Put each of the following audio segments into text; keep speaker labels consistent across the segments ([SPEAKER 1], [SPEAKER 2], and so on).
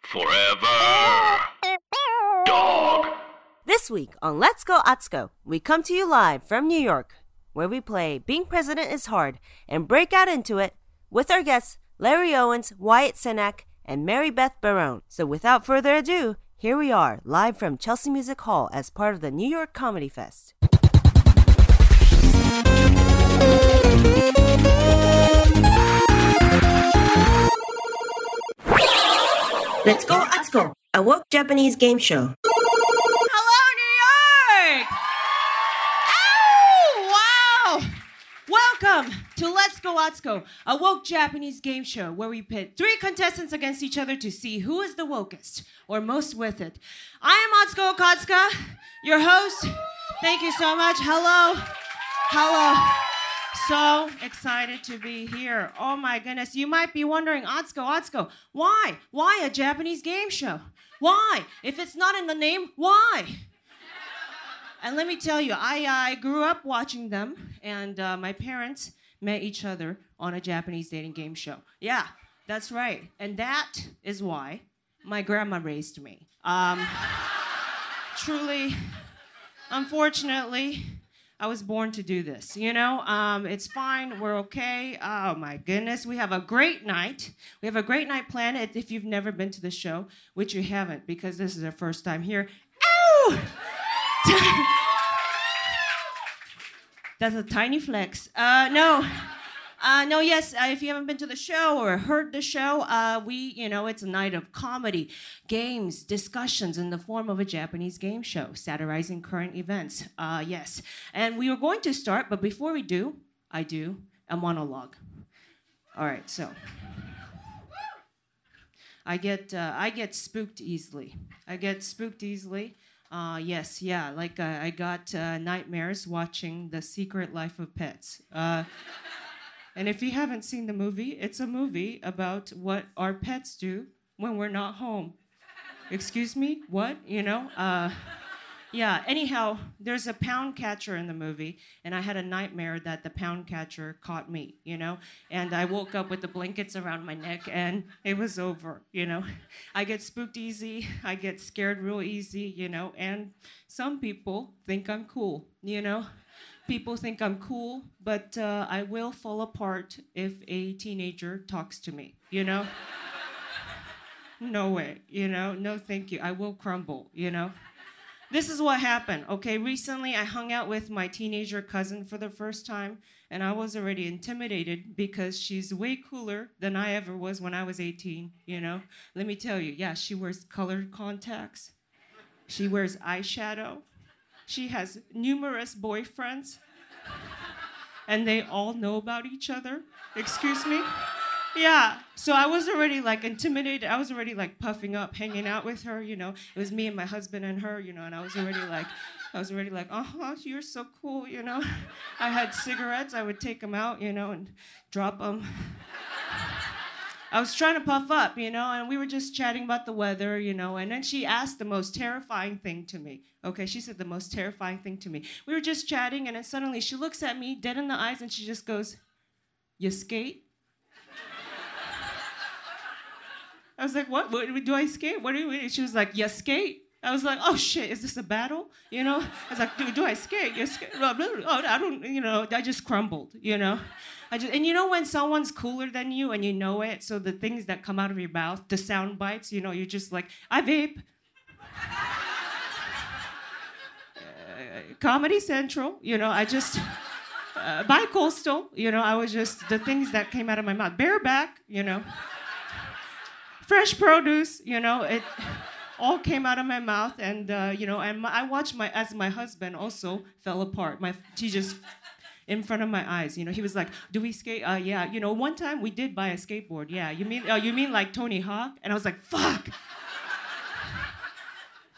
[SPEAKER 1] Forever. Dog.
[SPEAKER 2] This week on Let's Go Atsuko, we come to you live from New York, where we play Being President is Hard and break out into it with our guests Larry Owens, Wyatt Sinek, and Mary Beth Barone. So without further ado, here we are, live from Chelsea Music Hall as part of the New York Comedy Fest. Let's go Atsuko, a woke Japanese game show.
[SPEAKER 3] Hello, New York! Oh, wow! Welcome to Let's Go Atsuko, a woke Japanese game show where we pit three contestants against each other to see who is the wokest or most with it. I am Atsuko Okatsuka, your host. Thank you so much. Hello. Hello. So excited to be here. Oh my goodness. You might be wondering, Atsuko, Atsuko, why? Why a Japanese game show? Why? If it's not in the name, why? And let me tell you, I, I grew up watching them, and uh, my parents met each other on a Japanese dating game show. Yeah, that's right. And that is why my grandma raised me. Um, truly, unfortunately, I was born to do this. You know, um, it's fine. We're okay. Oh my goodness, we have a great night. We have a great night planned. If- If you've never been to the show, which you haven't, because this is our first time here. Ow! That's a tiny flex. Uh, no. Uh, no, yes, uh, if you haven't been to the show or heard the show, uh, we, you know, it's a night of comedy, games, discussions in the form of a Japanese game show, satirizing current events. Uh, yes. And we were going to start, but before we do, I do a monologue. All right, so. I get uh, I get spooked easily. I get spooked easily. Uh, yes, yeah, like uh, I got uh, nightmares watching The Secret Life of Pets. Uh, and if you haven't seen the movie, it's a movie about what our pets do when we're not home. Excuse me? What? You know? Uh, yeah, anyhow, there's a pound catcher in the movie, and I had a nightmare that the pound catcher caught me, you know? And I woke up with the blankets around my neck, and it was over, you know? I get spooked easy, I get scared real easy, you know? And some people think I'm cool, you know? People think I'm cool, but uh, I will fall apart if a teenager talks to me, you know? no way, you know? No, thank you. I will crumble, you know? this is what happened okay recently i hung out with my teenager cousin for the first time and i was already intimidated because she's way cooler than i ever was when i was 18 you know let me tell you yeah she wears colored contacts she wears eyeshadow she has numerous boyfriends and they all know about each other excuse me yeah. So I was already like intimidated. I was already like puffing up, hanging out with her. You know, it was me and my husband and her. You know, and I was already like, I was already like, oh, you're so cool. You know, I had cigarettes. I would take them out. You know, and drop them. I was trying to puff up, you know, and we were just chatting about the weather, you know, and then she asked the most terrifying thing to me. Okay, she said the most terrifying thing to me. We were just chatting, and then suddenly she looks at me dead in the eyes and she just goes, You skate? I was like, what? what do I skate? What do you? She was like, yes, skate. I was like, oh shit, is this a battle? You know? I was like, do, do I skate? Yes, skate. Blah, blah, blah. Oh, I don't, you know, I just crumbled, you know? I just, and you know when someone's cooler than you and you know it, so the things that come out of your mouth, the sound bites, you know, you're just like, I vape. Uh, Comedy Central, you know, I just uh, bi-coastal, you know, I was just the things that came out of my mouth, bareback, you know fresh produce you know it all came out of my mouth and uh, you know and my, i watched my as my husband also fell apart my he just in front of my eyes you know he was like do we skate uh, yeah you know one time we did buy a skateboard yeah you mean uh, you mean like tony hawk and i was like fuck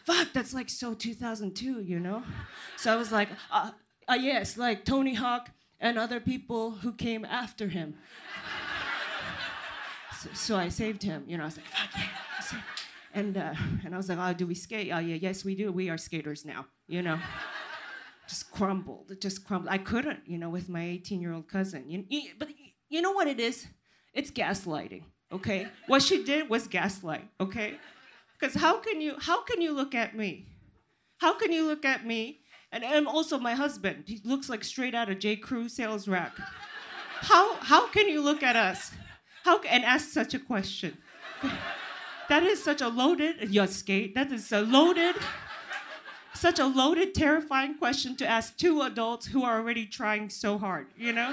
[SPEAKER 3] fuck, that's like so 2002, you know? So I was like, uh, uh, yes, like Tony Hawk and other people who came after him. so, so I saved him, you know, I was like, fuck yeah. I saved- And, uh, and I was like, oh, do we skate? Oh, yeah, yes, we do. We are skaters now, you know? just crumbled, it just crumbled. I couldn't, you know, with my 18 year old cousin. You, you, but you know what it is? It's gaslighting, okay? what she did was gaslight, okay? Because how can you how can you look at me? How can you look at me? And, and also my husband, he looks like straight out of J. Crew sales rack. How how can you look at us? How ca- and ask such a question? That is such a loaded your skate. That is a loaded such a loaded, terrifying question to ask two adults who are already trying so hard, you know?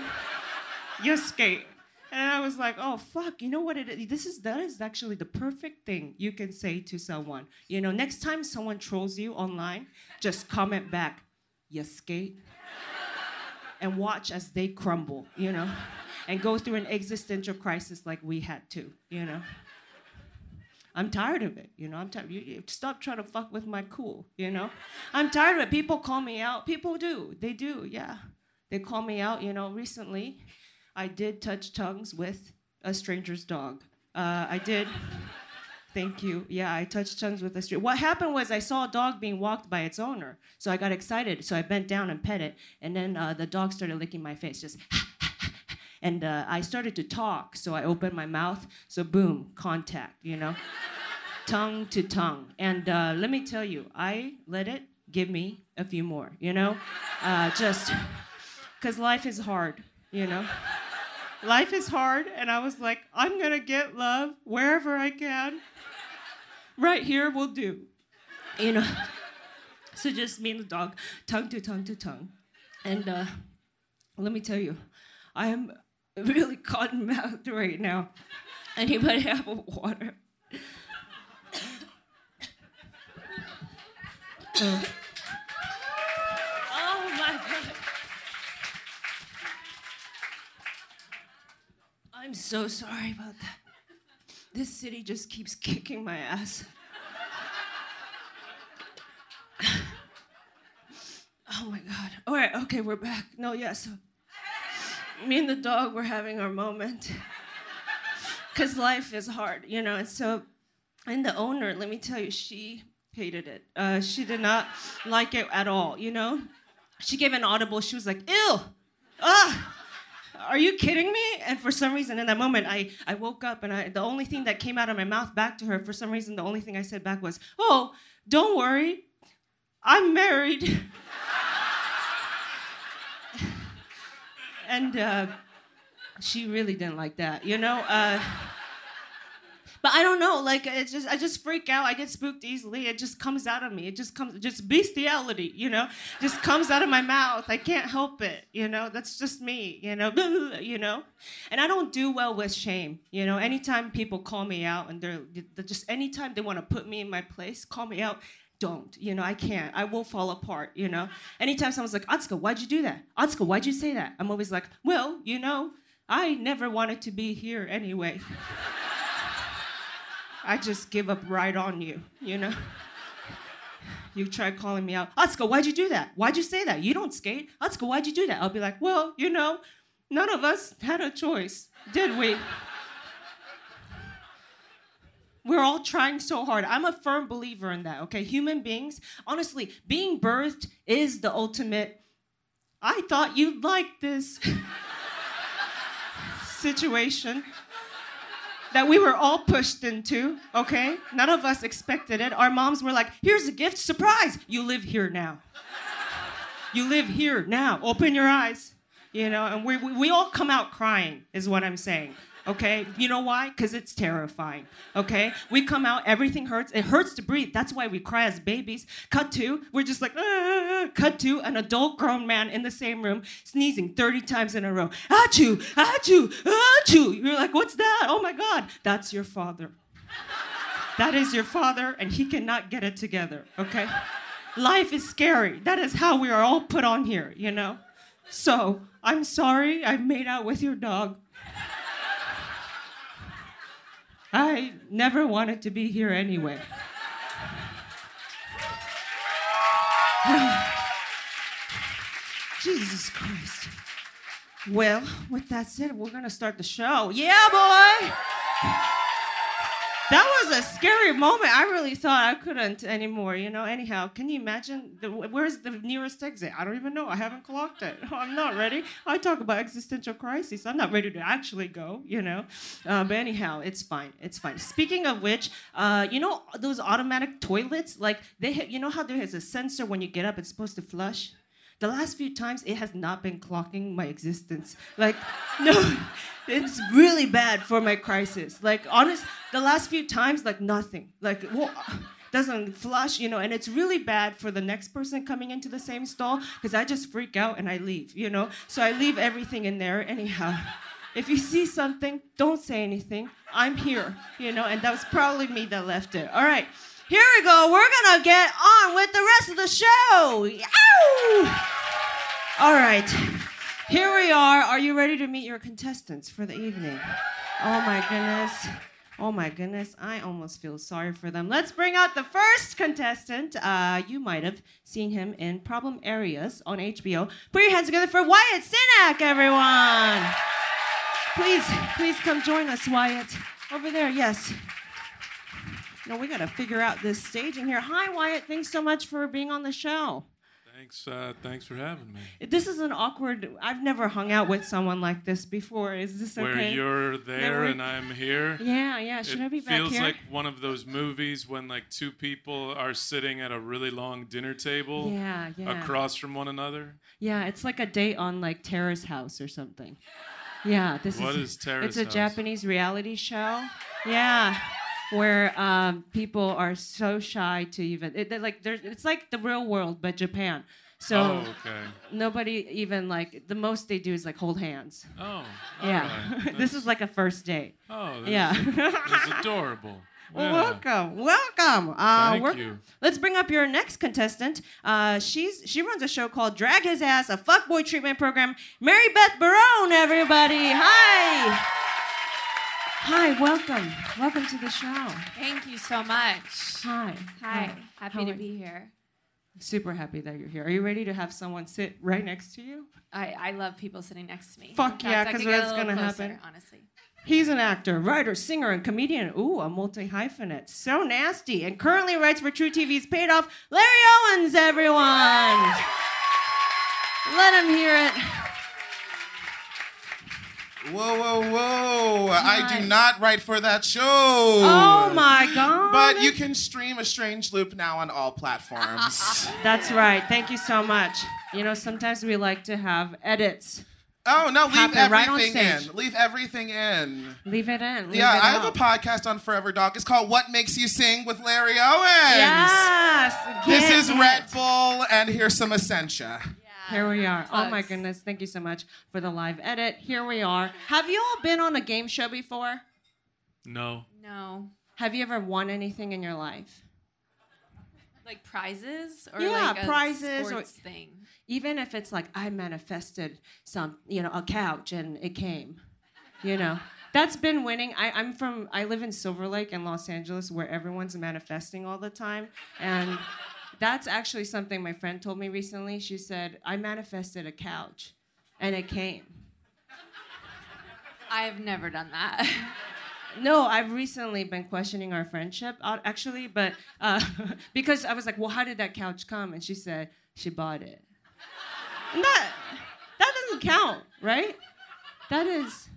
[SPEAKER 3] you skate. And I was like, oh fuck, you know what it is? This is that is actually the perfect thing you can say to someone. You know, next time someone trolls you online, just comment back, you skate. and watch as they crumble, you know, and go through an existential crisis like we had to, you know. I'm tired of it. You know, I'm tired. You, you- stop trying to fuck with my cool. You know, I'm tired of it. People call me out. People do. They do. Yeah, they call me out. You know, recently, I did touch tongues with a stranger's dog. Uh, I did. Thank you. Yeah, I touched tongues with a stranger. What happened was I saw a dog being walked by its owner, so I got excited. So I bent down and pet it, and then uh, the dog started licking my face, just. And uh, I started to talk, so I opened my mouth. So boom, contact. You know tongue to tongue. And uh, let me tell you, I let it give me a few more, you know? Uh, just because life is hard, you know? life is hard, and I was like, I'm gonna get love wherever I can. Right here will do, you know? so just me and the dog, tongue to tongue to tongue. And uh, let me tell you, I am really cotton mouthed right now. Anybody have a water? Oh my god. I'm so sorry about that. This city just keeps kicking my ass. oh my god. All right, okay, we're back. No, yeah, so me and the dog were having our moment. Cuz life is hard, you know. And so and the owner, let me tell you, she hated it. Uh, she did not like it at all, you know? She gave an audible, she was like, ew, ah, are you kidding me? And for some reason, in that moment, I, I woke up and I, the only thing that came out of my mouth back to her, for some reason, the only thing I said back was, oh, don't worry, I'm married. and uh, she really didn't like that, you know? Uh, but I don't know. Like it's just I just freak out. I get spooked easily. It just comes out of me. It just comes just bestiality, you know, just comes out of my mouth. I can't help it, you know. That's just me, you know, you know. And I don't do well with shame, you know. Anytime people call me out and they're, they're just anytime they want to put me in my place, call me out. Don't, you know, I can't. I will fall apart, you know. Anytime someone's like, Atsuko, why'd you do that? Atsuko, why'd you say that? I'm always like, well, you know, I never wanted to be here anyway. I just give up right on you, you know? You try calling me out, Atsuko, why'd you do that? Why'd you say that? You don't skate. Atsuko, why'd you do that? I'll be like, well, you know, none of us had a choice, did we? We're all trying so hard. I'm a firm believer in that, okay? Human beings, honestly, being birthed is the ultimate. I thought you'd like this situation that we were all pushed into, okay? None of us expected it. Our moms were like, here's a gift, surprise, you live here now. You live here now, open your eyes. You know, and we, we, we all come out crying, is what I'm saying, okay? You know why? Because it's terrifying, okay? We come out, everything hurts. It hurts to breathe. That's why we cry as babies. Cut to, we're just like, "Ah," cut to an adult grown man in the same room sneezing 30 times in a row. Achoo, achoo, achoo. You're like, what's that? Oh my God. That's your father. That is your father, and he cannot get it together, okay? Life is scary. That is how we are all put on here, you know? So, I'm sorry I made out with your dog. I never wanted to be here anyway. Jesus Christ. Well, with that said, we're going to start the show. Yeah, boy! That was a scary moment. I really thought I couldn't anymore, you know. Anyhow, can you imagine? The, where's the nearest exit? I don't even know. I haven't clocked it. I'm not ready. I talk about existential crises. I'm not ready to actually go, you know. Uh, but anyhow, it's fine. It's fine. Speaking of which, uh, you know those automatic toilets? Like they, ha- you know how there is a sensor when you get up, it's supposed to flush the last few times it has not been clocking my existence like no it's really bad for my crisis like honest the last few times like nothing like well, doesn't flush you know and it's really bad for the next person coming into the same stall because i just freak out and i leave you know so i leave everything in there anyhow if you see something don't say anything i'm here you know and that was probably me that left it all right here we go. We're gonna get on with the rest of the show. Ow! All right. Here we are. Are you ready to meet your contestants for the evening? Oh my goodness. Oh my goodness. I almost feel sorry for them. Let's bring out the first contestant. Uh, you might have seen him in Problem Areas on HBO. Put your hands together for Wyatt Sinak, everyone. Please, please come join us, Wyatt. Over there, yes. No, we got to figure out this staging here. Hi, Wyatt. Thanks so much for being on the show.
[SPEAKER 4] Thanks, uh, thanks for having me.
[SPEAKER 3] This is an awkward. I've never hung out with someone like this before. Is this
[SPEAKER 4] Where
[SPEAKER 3] okay?
[SPEAKER 4] you're there
[SPEAKER 3] we-
[SPEAKER 4] and I'm here.
[SPEAKER 3] yeah, yeah. Should
[SPEAKER 4] it
[SPEAKER 3] I be back
[SPEAKER 4] feels
[SPEAKER 3] here?
[SPEAKER 4] like one of those movies when like two people are sitting at a really long dinner table
[SPEAKER 3] yeah, yeah.
[SPEAKER 4] across from one another.
[SPEAKER 3] Yeah, it's like a date on like Terrace House or something. Yeah, this is
[SPEAKER 4] What is Terrace
[SPEAKER 3] It's a
[SPEAKER 4] House?
[SPEAKER 3] Japanese reality show. Yeah, where um, people are so shy to even it, they're like there's it's like the real world but Japan. So
[SPEAKER 4] Oh, okay.
[SPEAKER 3] nobody even like the most they do is like hold hands.
[SPEAKER 4] Oh, all
[SPEAKER 3] yeah,
[SPEAKER 4] right.
[SPEAKER 3] this is like a first date.
[SPEAKER 4] Oh, that's,
[SPEAKER 3] Yeah.
[SPEAKER 4] that's adorable.
[SPEAKER 3] Well,
[SPEAKER 4] Yeah.
[SPEAKER 3] welcome, welcome. Uh,
[SPEAKER 4] Thank
[SPEAKER 3] we're-
[SPEAKER 4] you.
[SPEAKER 3] Let's bring up your next contestant. Uh, she's she runs a show called Drag His Ass, a fuckboy treatment program. Mary Beth Barone, everybody. Hi. Hi, welcome, welcome to the show.
[SPEAKER 5] Thank you so much.
[SPEAKER 3] Hi.
[SPEAKER 5] Hi, happy
[SPEAKER 3] How
[SPEAKER 5] to
[SPEAKER 3] are
[SPEAKER 5] be here.
[SPEAKER 3] Super happy that you're here. Are you ready to have someone sit right next to you?
[SPEAKER 5] I, I love people sitting next to me.
[SPEAKER 3] Fuck
[SPEAKER 5] In fact,
[SPEAKER 3] yeah,
[SPEAKER 5] I
[SPEAKER 3] 'cause
[SPEAKER 5] could get
[SPEAKER 3] that's
[SPEAKER 5] a little
[SPEAKER 3] gonna
[SPEAKER 5] closer,
[SPEAKER 3] happen.
[SPEAKER 5] Honestly,
[SPEAKER 3] He's an actor, writer, singer, and comedian. Ooh, a multi hyphenate. So nasty. And currently writes for True TV's Paid Off. Larry Owens, everyone. Let him hear it.
[SPEAKER 6] Whoa, whoa, whoa! I
[SPEAKER 5] Nice.
[SPEAKER 6] do not write for that show.
[SPEAKER 3] Oh my God.
[SPEAKER 6] But you can stream a strange loop now on all platforms.
[SPEAKER 3] That's right. Thank you so much. You know, sometimes we like to have edits.
[SPEAKER 6] oh no, leave
[SPEAKER 3] Happen
[SPEAKER 6] everything
[SPEAKER 3] right on stage.
[SPEAKER 6] in. Leave everything in.
[SPEAKER 3] Leave it in. leave
[SPEAKER 6] yeah,
[SPEAKER 3] it
[SPEAKER 6] I have
[SPEAKER 3] out.
[SPEAKER 6] a podcast on Forever Dog. It's called What Makes You Sing with Larry Owens.
[SPEAKER 3] Yes.
[SPEAKER 6] This
[SPEAKER 3] get
[SPEAKER 6] is
[SPEAKER 3] it.
[SPEAKER 6] Red Bull, and here's some Essentia.
[SPEAKER 3] Here we are. Oh my
[SPEAKER 5] Plugs.
[SPEAKER 3] goodness. Thank you so much for the live edit. Here we are. Have you all been on a game show before?
[SPEAKER 4] No.
[SPEAKER 5] no,
[SPEAKER 3] Have you ever won anything in your life?
[SPEAKER 5] like prizes or
[SPEAKER 3] Yeah,
[SPEAKER 5] like a
[SPEAKER 3] prizes or-
[SPEAKER 5] sports thing.
[SPEAKER 3] even if it's like I manifested some, you know, a couch and it came, you know. That's been winning. I, I'm from, I live in Silver Lake in Los Angeles where everyone's manifesting all the time. And that's actually something my friend told me recently. She said, I manifested a couch and it came.
[SPEAKER 5] I have never done that.
[SPEAKER 3] No, I've recently been questioning our friendship, uh, actually, but uh, because I was like, well, how did that couch come? And she said, she bought it. And that, that doesn't count, right? That is,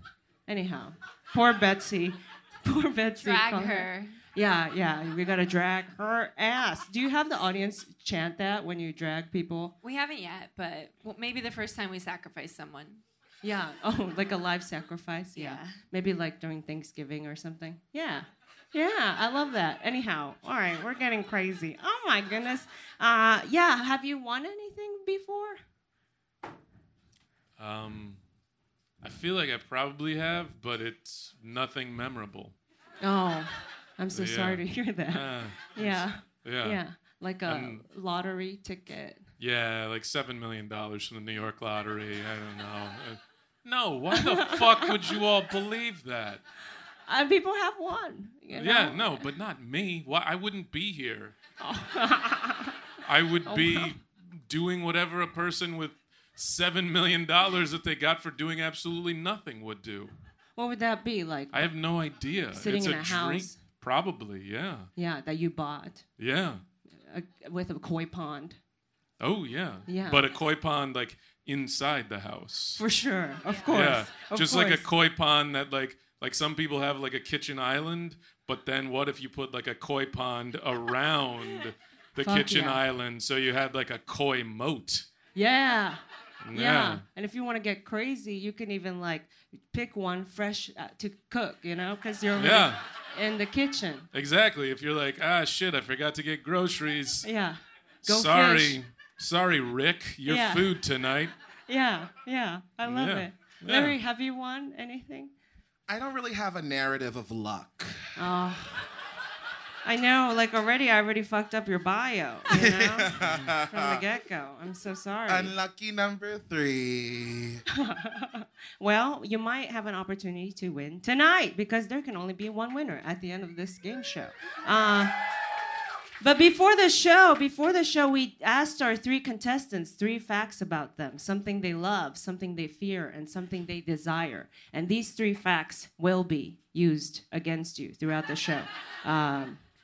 [SPEAKER 3] anyhow, poor Betsy. Poor Betsy.
[SPEAKER 5] Drag
[SPEAKER 3] Call
[SPEAKER 5] her.
[SPEAKER 3] Yeah, yeah, we gotta drag her ass. Do you have the audience chant that when you drag people?
[SPEAKER 5] We haven't yet, but well, maybe the first time we sacrifice someone.
[SPEAKER 3] Yeah. Oh, like a live sacrifice. Yeah.
[SPEAKER 5] Yeah.
[SPEAKER 3] Maybe like during Thanksgiving or something. Yeah. Yeah, I love that. Anyhow, all right, we're getting crazy. Oh my goodness. Uh, yeah, have you won anything before?
[SPEAKER 4] Um, I feel like I probably have, but it's nothing memorable.
[SPEAKER 3] Oh, I'm so
[SPEAKER 4] Yeah.
[SPEAKER 3] sorry to hear that.
[SPEAKER 4] Ah,
[SPEAKER 3] Yeah.
[SPEAKER 4] yeah.
[SPEAKER 3] Yeah. Like uh, a
[SPEAKER 4] Um,
[SPEAKER 3] lottery ticket.
[SPEAKER 4] Yeah, like seven million dollars from the New York lottery. I don't know. Uh, No, why the fuck would you all believe that?
[SPEAKER 3] Uh, people have won. you
[SPEAKER 4] Yeah,
[SPEAKER 3] know? Oh,
[SPEAKER 4] no, but not me. Why I wouldn't be here. I would be doing whatever a person with seven million dollars that they got for doing absolutely nothing would do.
[SPEAKER 3] What would that be like?
[SPEAKER 4] I have no idea.
[SPEAKER 3] Sitting
[SPEAKER 4] it's
[SPEAKER 3] in
[SPEAKER 4] a,
[SPEAKER 3] a
[SPEAKER 4] drink,
[SPEAKER 3] house?
[SPEAKER 4] probably. Yeah,
[SPEAKER 3] yeah, that you bought
[SPEAKER 4] yeah.
[SPEAKER 3] uh, with a koi pond.
[SPEAKER 4] Oh yeah.
[SPEAKER 3] Yeah.
[SPEAKER 4] But a koi pond like inside the house.
[SPEAKER 3] For sure, of course.
[SPEAKER 4] Yeah,
[SPEAKER 3] of
[SPEAKER 4] just like a koi
[SPEAKER 3] course.
[SPEAKER 4] pond that like like some people have like a kitchen island, but then what if you put like a koi pond around the
[SPEAKER 3] Fuck
[SPEAKER 4] kitchen
[SPEAKER 3] yeah.
[SPEAKER 4] island so you had like a koi moat?
[SPEAKER 3] Yeah. Yeah. And if you want to get crazy, you can even like pick one fresh uh, to cook, you know, because you're already
[SPEAKER 4] Yeah.
[SPEAKER 3] in the kitchen.
[SPEAKER 4] Exactly. If you're like, ah, shit, I forgot to get groceries.
[SPEAKER 3] Yeah. Go
[SPEAKER 4] sorry,
[SPEAKER 3] fish.
[SPEAKER 4] sorry, Rick, your
[SPEAKER 3] Yeah.
[SPEAKER 4] food tonight.
[SPEAKER 3] Yeah. Yeah. I love
[SPEAKER 4] Yeah.
[SPEAKER 3] it.
[SPEAKER 4] Yeah.
[SPEAKER 3] Larry, have you won anything?
[SPEAKER 6] I don't really have a narrative of luck.
[SPEAKER 3] Oh. I know, like already, I already fucked up your bio, you know, from the get go. I'm so sorry.
[SPEAKER 6] Unlucky number three.
[SPEAKER 3] well, you might have an opportunity to win tonight because there can only be one winner at the end of this game show. Uh, but before the show, before the show, we asked our three contestants three facts about them: something they love, something they fear, and something they desire. And these three facts will be used against you throughout the show. Um,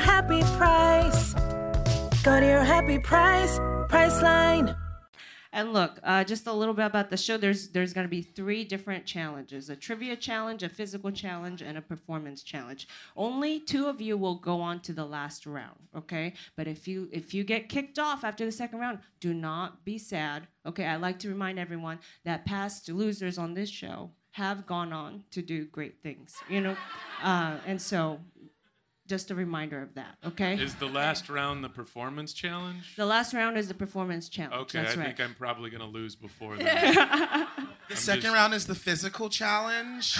[SPEAKER 7] happy price. Go to your happy price, Priceline.
[SPEAKER 3] And look, uh, just a little bit about the show. There's there's going to be three different challenges: a trivia challenge, a physical challenge, and a performance challenge. Only two of you will go on to the last round, okay? But if you if you get kicked off after the second round, do not be sad, okay? I like to remind everyone that past losers on this show have gone on to do great things, you know, uh, and so just a reminder of that, okay?
[SPEAKER 4] Is the last round the performance challenge?
[SPEAKER 3] the last round is the performance challenge.
[SPEAKER 4] Okay,
[SPEAKER 3] that's
[SPEAKER 4] I
[SPEAKER 3] right.
[SPEAKER 4] think I'm probably gonna lose before that.
[SPEAKER 6] The second round is the physical challenge.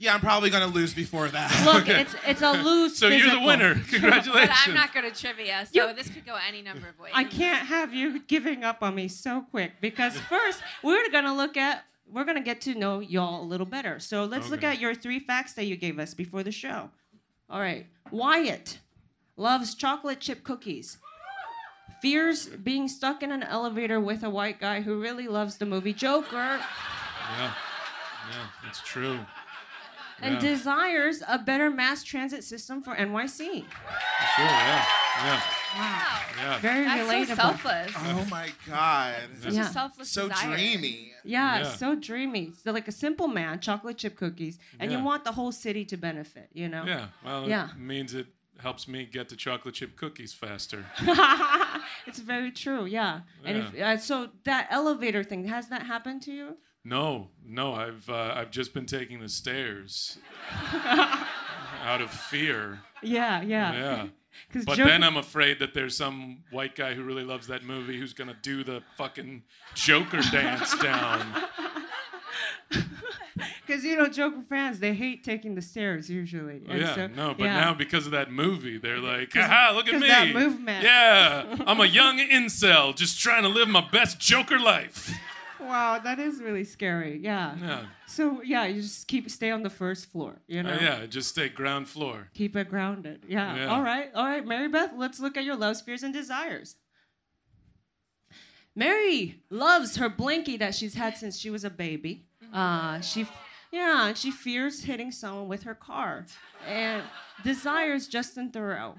[SPEAKER 6] Yeah, I'm probably gonna lose before that.
[SPEAKER 3] Look, it's it's a loose.
[SPEAKER 4] so you're the
[SPEAKER 3] physical.
[SPEAKER 4] winner.
[SPEAKER 5] But
[SPEAKER 4] Congratulations.
[SPEAKER 5] I'm not good at trivia, so this could go any number of ways.
[SPEAKER 3] I can't have you giving up on me so quick because first we're gonna look at we're gonna get to know y'all a little better. So let's look
[SPEAKER 4] Okay.
[SPEAKER 3] at your three facts that you gave us before the show. All right, Wyatt loves chocolate chip cookies. Fears being stuck in an elevator with a white guy who really loves the movie Joker
[SPEAKER 4] Yeah, yeah, that's true.
[SPEAKER 3] and
[SPEAKER 4] Yeah.
[SPEAKER 3] desires a better mass transit system for
[SPEAKER 4] Sure,
[SPEAKER 3] NYC.
[SPEAKER 4] yeah, yeah,
[SPEAKER 5] Wow.
[SPEAKER 4] yeah.
[SPEAKER 3] Very
[SPEAKER 5] That's so
[SPEAKER 3] relatable.
[SPEAKER 5] selfless.
[SPEAKER 6] Oh my god.
[SPEAKER 5] Such a
[SPEAKER 3] Yeah.
[SPEAKER 5] selfless
[SPEAKER 6] So
[SPEAKER 5] desire.
[SPEAKER 6] dreamy.
[SPEAKER 3] Yeah, it's
[SPEAKER 4] Yeah.
[SPEAKER 3] so dreamy. So like a simple man, chocolate chip cookies, and you
[SPEAKER 4] Yeah.
[SPEAKER 3] want the whole city to benefit, you know?
[SPEAKER 4] yeah, well,
[SPEAKER 3] Yeah.
[SPEAKER 4] it means it helps me get to chocolate chip cookies faster.
[SPEAKER 3] it's very true. Yeah. And if,
[SPEAKER 4] Yeah.
[SPEAKER 3] uh, so that elevator thing, has that happened to you?
[SPEAKER 4] No, no, I've uh, I've just been taking the stairs out of fear.
[SPEAKER 3] Yeah, yeah.
[SPEAKER 4] Yeah.
[SPEAKER 3] Because
[SPEAKER 4] But then I'm afraid that there's some white guy who really loves that movie who's gonna do the fucking Joker dance down.
[SPEAKER 3] because you know Joker fans, they hate taking the stairs usually. And
[SPEAKER 4] Oh, yeah,
[SPEAKER 3] so-
[SPEAKER 4] no, but
[SPEAKER 3] yeah.
[SPEAKER 4] now because of that movie, they're like, aha, look at
[SPEAKER 3] 'cause
[SPEAKER 4] me.
[SPEAKER 3] that movement.
[SPEAKER 4] Yeah, I'm a young incel just trying to live my best Joker life.
[SPEAKER 3] wow, that is really scary. Yeah.
[SPEAKER 4] Yeah,
[SPEAKER 3] So yeah, you just keep stay on the first floor. You know.
[SPEAKER 4] Uh, yeah, just stay ground floor.
[SPEAKER 3] Keep it grounded. Yeah.
[SPEAKER 4] Yeah.
[SPEAKER 3] All right. All right, Mary Beth, let's look at your loves, fears, and desires. Mary loves her blankie that she's had since she was a baby.
[SPEAKER 4] Mm-hmm.
[SPEAKER 3] Uh, she, f- yeah, and she fears hitting someone with her car, and desires Justin Thoreau.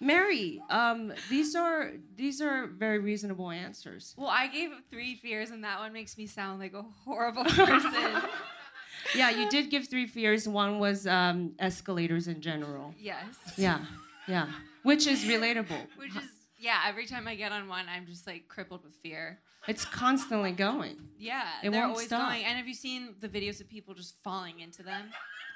[SPEAKER 3] Mary, um, these are these are very reasonable answers.
[SPEAKER 5] Well, I gave three fears, and that one makes me sound like a horrible person.
[SPEAKER 3] Yeah, you did give three fears. One was um, escalators in general.
[SPEAKER 5] yes.
[SPEAKER 3] Yeah, yeah, which is relatable.
[SPEAKER 5] Which is, yeah, every time I get on one, I'm just like crippled with fear.
[SPEAKER 3] It's constantly going.
[SPEAKER 5] Yeah,
[SPEAKER 3] It
[SPEAKER 5] they're
[SPEAKER 3] won't
[SPEAKER 5] always
[SPEAKER 3] stop.
[SPEAKER 5] going. And have you seen the videos of people just falling into them?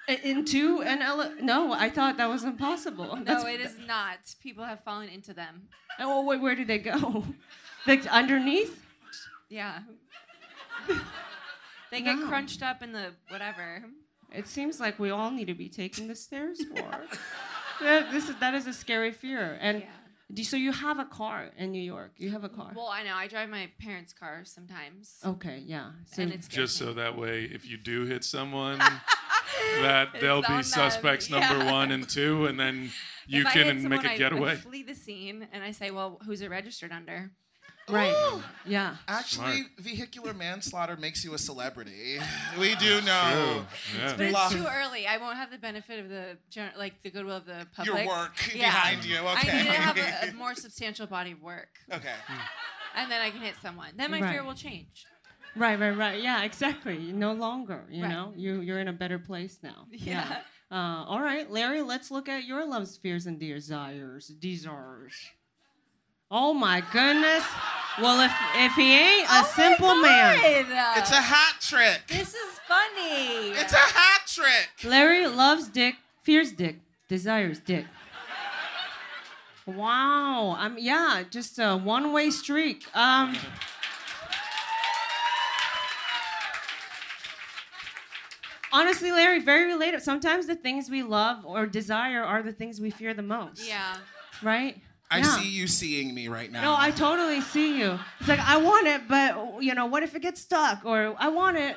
[SPEAKER 3] I- Into an ele- no, I thought that was impossible.
[SPEAKER 5] Oh, No, it is not. People have fallen into them.
[SPEAKER 3] And well, wait, where do they go? Like underneath?
[SPEAKER 5] Yeah. they get
[SPEAKER 3] No.
[SPEAKER 5] crunched up in the whatever.
[SPEAKER 3] It seems like we all need to be taking the stairs more. that, this is, that is a scary fear. And
[SPEAKER 5] Yeah.
[SPEAKER 3] do, so you have a car in New York. You have a car.
[SPEAKER 5] Well, I know. I drive my parents' car sometimes.
[SPEAKER 3] okay, yeah. So
[SPEAKER 5] And it's
[SPEAKER 4] Just so
[SPEAKER 5] sketchy.
[SPEAKER 4] that way, if you do hit someone, that they'll
[SPEAKER 5] on
[SPEAKER 4] be
[SPEAKER 5] them,
[SPEAKER 4] suspects number
[SPEAKER 5] yeah.
[SPEAKER 4] one and two, and then you
[SPEAKER 5] If I hit
[SPEAKER 4] can make
[SPEAKER 5] someone, I-
[SPEAKER 4] a getaway.
[SPEAKER 5] I flee the scene and I say, well, who's it registered under?
[SPEAKER 3] right. Yeah.
[SPEAKER 6] Actually,
[SPEAKER 4] Smart.
[SPEAKER 6] vehicular manslaughter makes you a celebrity. We do know
[SPEAKER 4] Yeah.
[SPEAKER 5] But
[SPEAKER 6] Blah.
[SPEAKER 5] it's too early. I won't have the benefit of the gen- like the goodwill of the public.
[SPEAKER 6] your work
[SPEAKER 5] Yeah.
[SPEAKER 6] behind you. Okay.
[SPEAKER 5] I need to have a, a more substantial body of work,
[SPEAKER 6] okay.
[SPEAKER 5] and then I can hit someone. Then my fear
[SPEAKER 3] Right.
[SPEAKER 5] will change.
[SPEAKER 3] Right, right, right. Yeah, exactly. No longer, you
[SPEAKER 5] Right.
[SPEAKER 3] know, you you're in a better place now.
[SPEAKER 5] Yeah.
[SPEAKER 3] Uh, all right, Larry. Let's look at your loves, fears, and desires. Desires. Oh my goodness. Well, if if he ain't
[SPEAKER 5] Oh
[SPEAKER 3] a simple man,
[SPEAKER 6] It's a hat trick.
[SPEAKER 2] This is funny.
[SPEAKER 6] It's a hat trick.
[SPEAKER 3] Larry loves dick, fears dick, desires dick. Wow. I'm yeah, just a one-way streak. Um. Honestly, Larry, very relatable. Sometimes the things we love or desire are the things we fear the most.
[SPEAKER 5] Yeah.
[SPEAKER 3] Right?
[SPEAKER 6] I
[SPEAKER 3] Yeah.
[SPEAKER 6] see you seeing me right now.
[SPEAKER 3] No, I totally see you. It's like I want it, but you know, what if it gets stuck? Or I want it.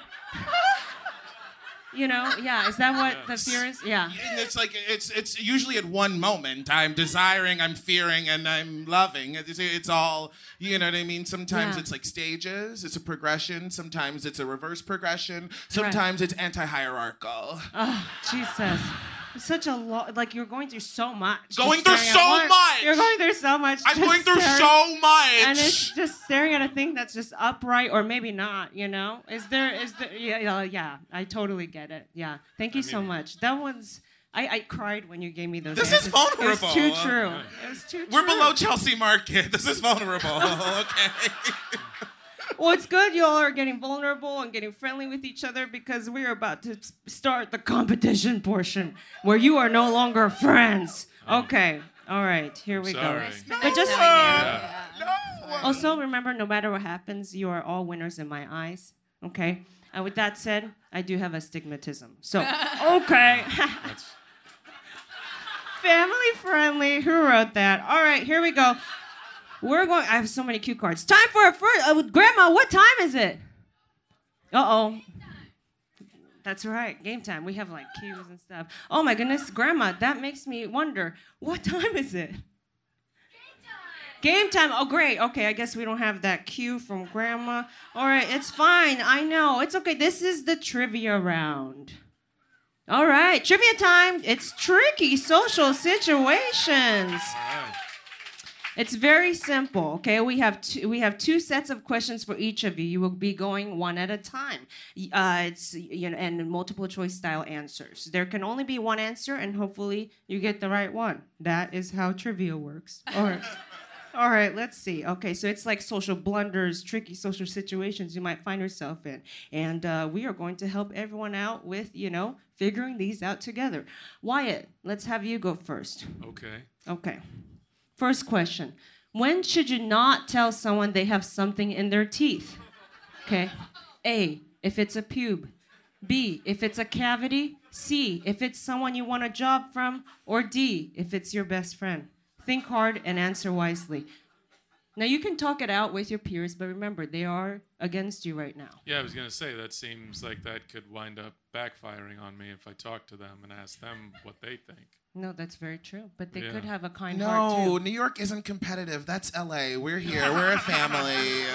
[SPEAKER 3] you know? Yeah. Is that what the fear is? Yeah.
[SPEAKER 6] And it's like it's it's usually at one moment I'm desiring, I'm fearing, and I'm loving. It's, it's all you know what I mean. Sometimes
[SPEAKER 3] Yeah.
[SPEAKER 6] it's like stages. It's a progression. Sometimes it's a reverse progression. Sometimes it's anti-hierarchical.
[SPEAKER 3] Oh, Jesus. It's such a lot. Like you're going through so much. just
[SPEAKER 6] Going through
[SPEAKER 3] staring
[SPEAKER 6] so
[SPEAKER 3] at one-
[SPEAKER 6] much!
[SPEAKER 3] You're going through so much.
[SPEAKER 6] I'm
[SPEAKER 3] just
[SPEAKER 6] going through
[SPEAKER 3] staring-
[SPEAKER 6] so much.
[SPEAKER 3] And it's just staring at a thing that's just upright, or maybe not. You know? Is there? Is there? Yeah, yeah. yeah I totally get it. Yeah. Thank you so much. That was. I, I cried when you gave me those.
[SPEAKER 6] This
[SPEAKER 3] answers.
[SPEAKER 6] is vulnerable.
[SPEAKER 3] It was too true. It was too
[SPEAKER 6] We're
[SPEAKER 3] true.
[SPEAKER 6] below Chelsea Market. This is vulnerable. okay.
[SPEAKER 3] Well, it's good y'all are getting vulnerable and getting friendly with each other because we're about to s- start the competition portion where you are no longer friends. Okay. All right. Here we
[SPEAKER 4] Sorry.
[SPEAKER 3] go. But just
[SPEAKER 4] Yeah.
[SPEAKER 3] also remember no matter what happens, you are all winners in my eyes. Okay? And with that said, I do have astigmatism. So, okay.
[SPEAKER 4] That's-
[SPEAKER 3] Family friendly. Who wrote that? All right, here we go. We're going. I have so many cue cards. Time for a first. Uh, Grandma, what time is it? Uh oh. That's right, game time. We have like cues and stuff. Oh my goodness, Grandma, that makes me wonder what time is it? Game time. Oh, great. Okay, I guess we don't have that cue from Grandma. All right, it's fine. I know. It's okay. This is the trivia round. All right, trivia time. It's tricky social situations.
[SPEAKER 4] Wow.
[SPEAKER 3] It's very simple. Okay, we have two, we have two sets of questions for each of you. You will be going one at a time. Y- Uh, it's you know, and multiple choice style answers. There can only be one answer, and hopefully you get the right one. That is how trivia works. All right. All right, let's see. Okay, so it's like social blunders, tricky social situations you might find yourself in. And uh, we are going to help everyone out with, you know, figuring these out together. Wyatt, let's have you go first.
[SPEAKER 4] Okay.
[SPEAKER 3] Okay. First question When should you not tell someone they have something in their teeth? Okay. A. If it's a pube. B. If it's a cavity. C. If it's someone you want a job from. Or D. If it's your best friend. Think hard and answer wisely. Now you can talk it out with your peers, but remember, they are against you right now.
[SPEAKER 4] Yeah, I was gonna say that seems like that could wind up backfiring on me if I talk to them and ask them what they think.
[SPEAKER 3] No, that's very true. But they
[SPEAKER 4] Yeah.
[SPEAKER 3] could have a kind heart too.
[SPEAKER 6] No, New York isn't competitive. That's LA. We're here. We're a family.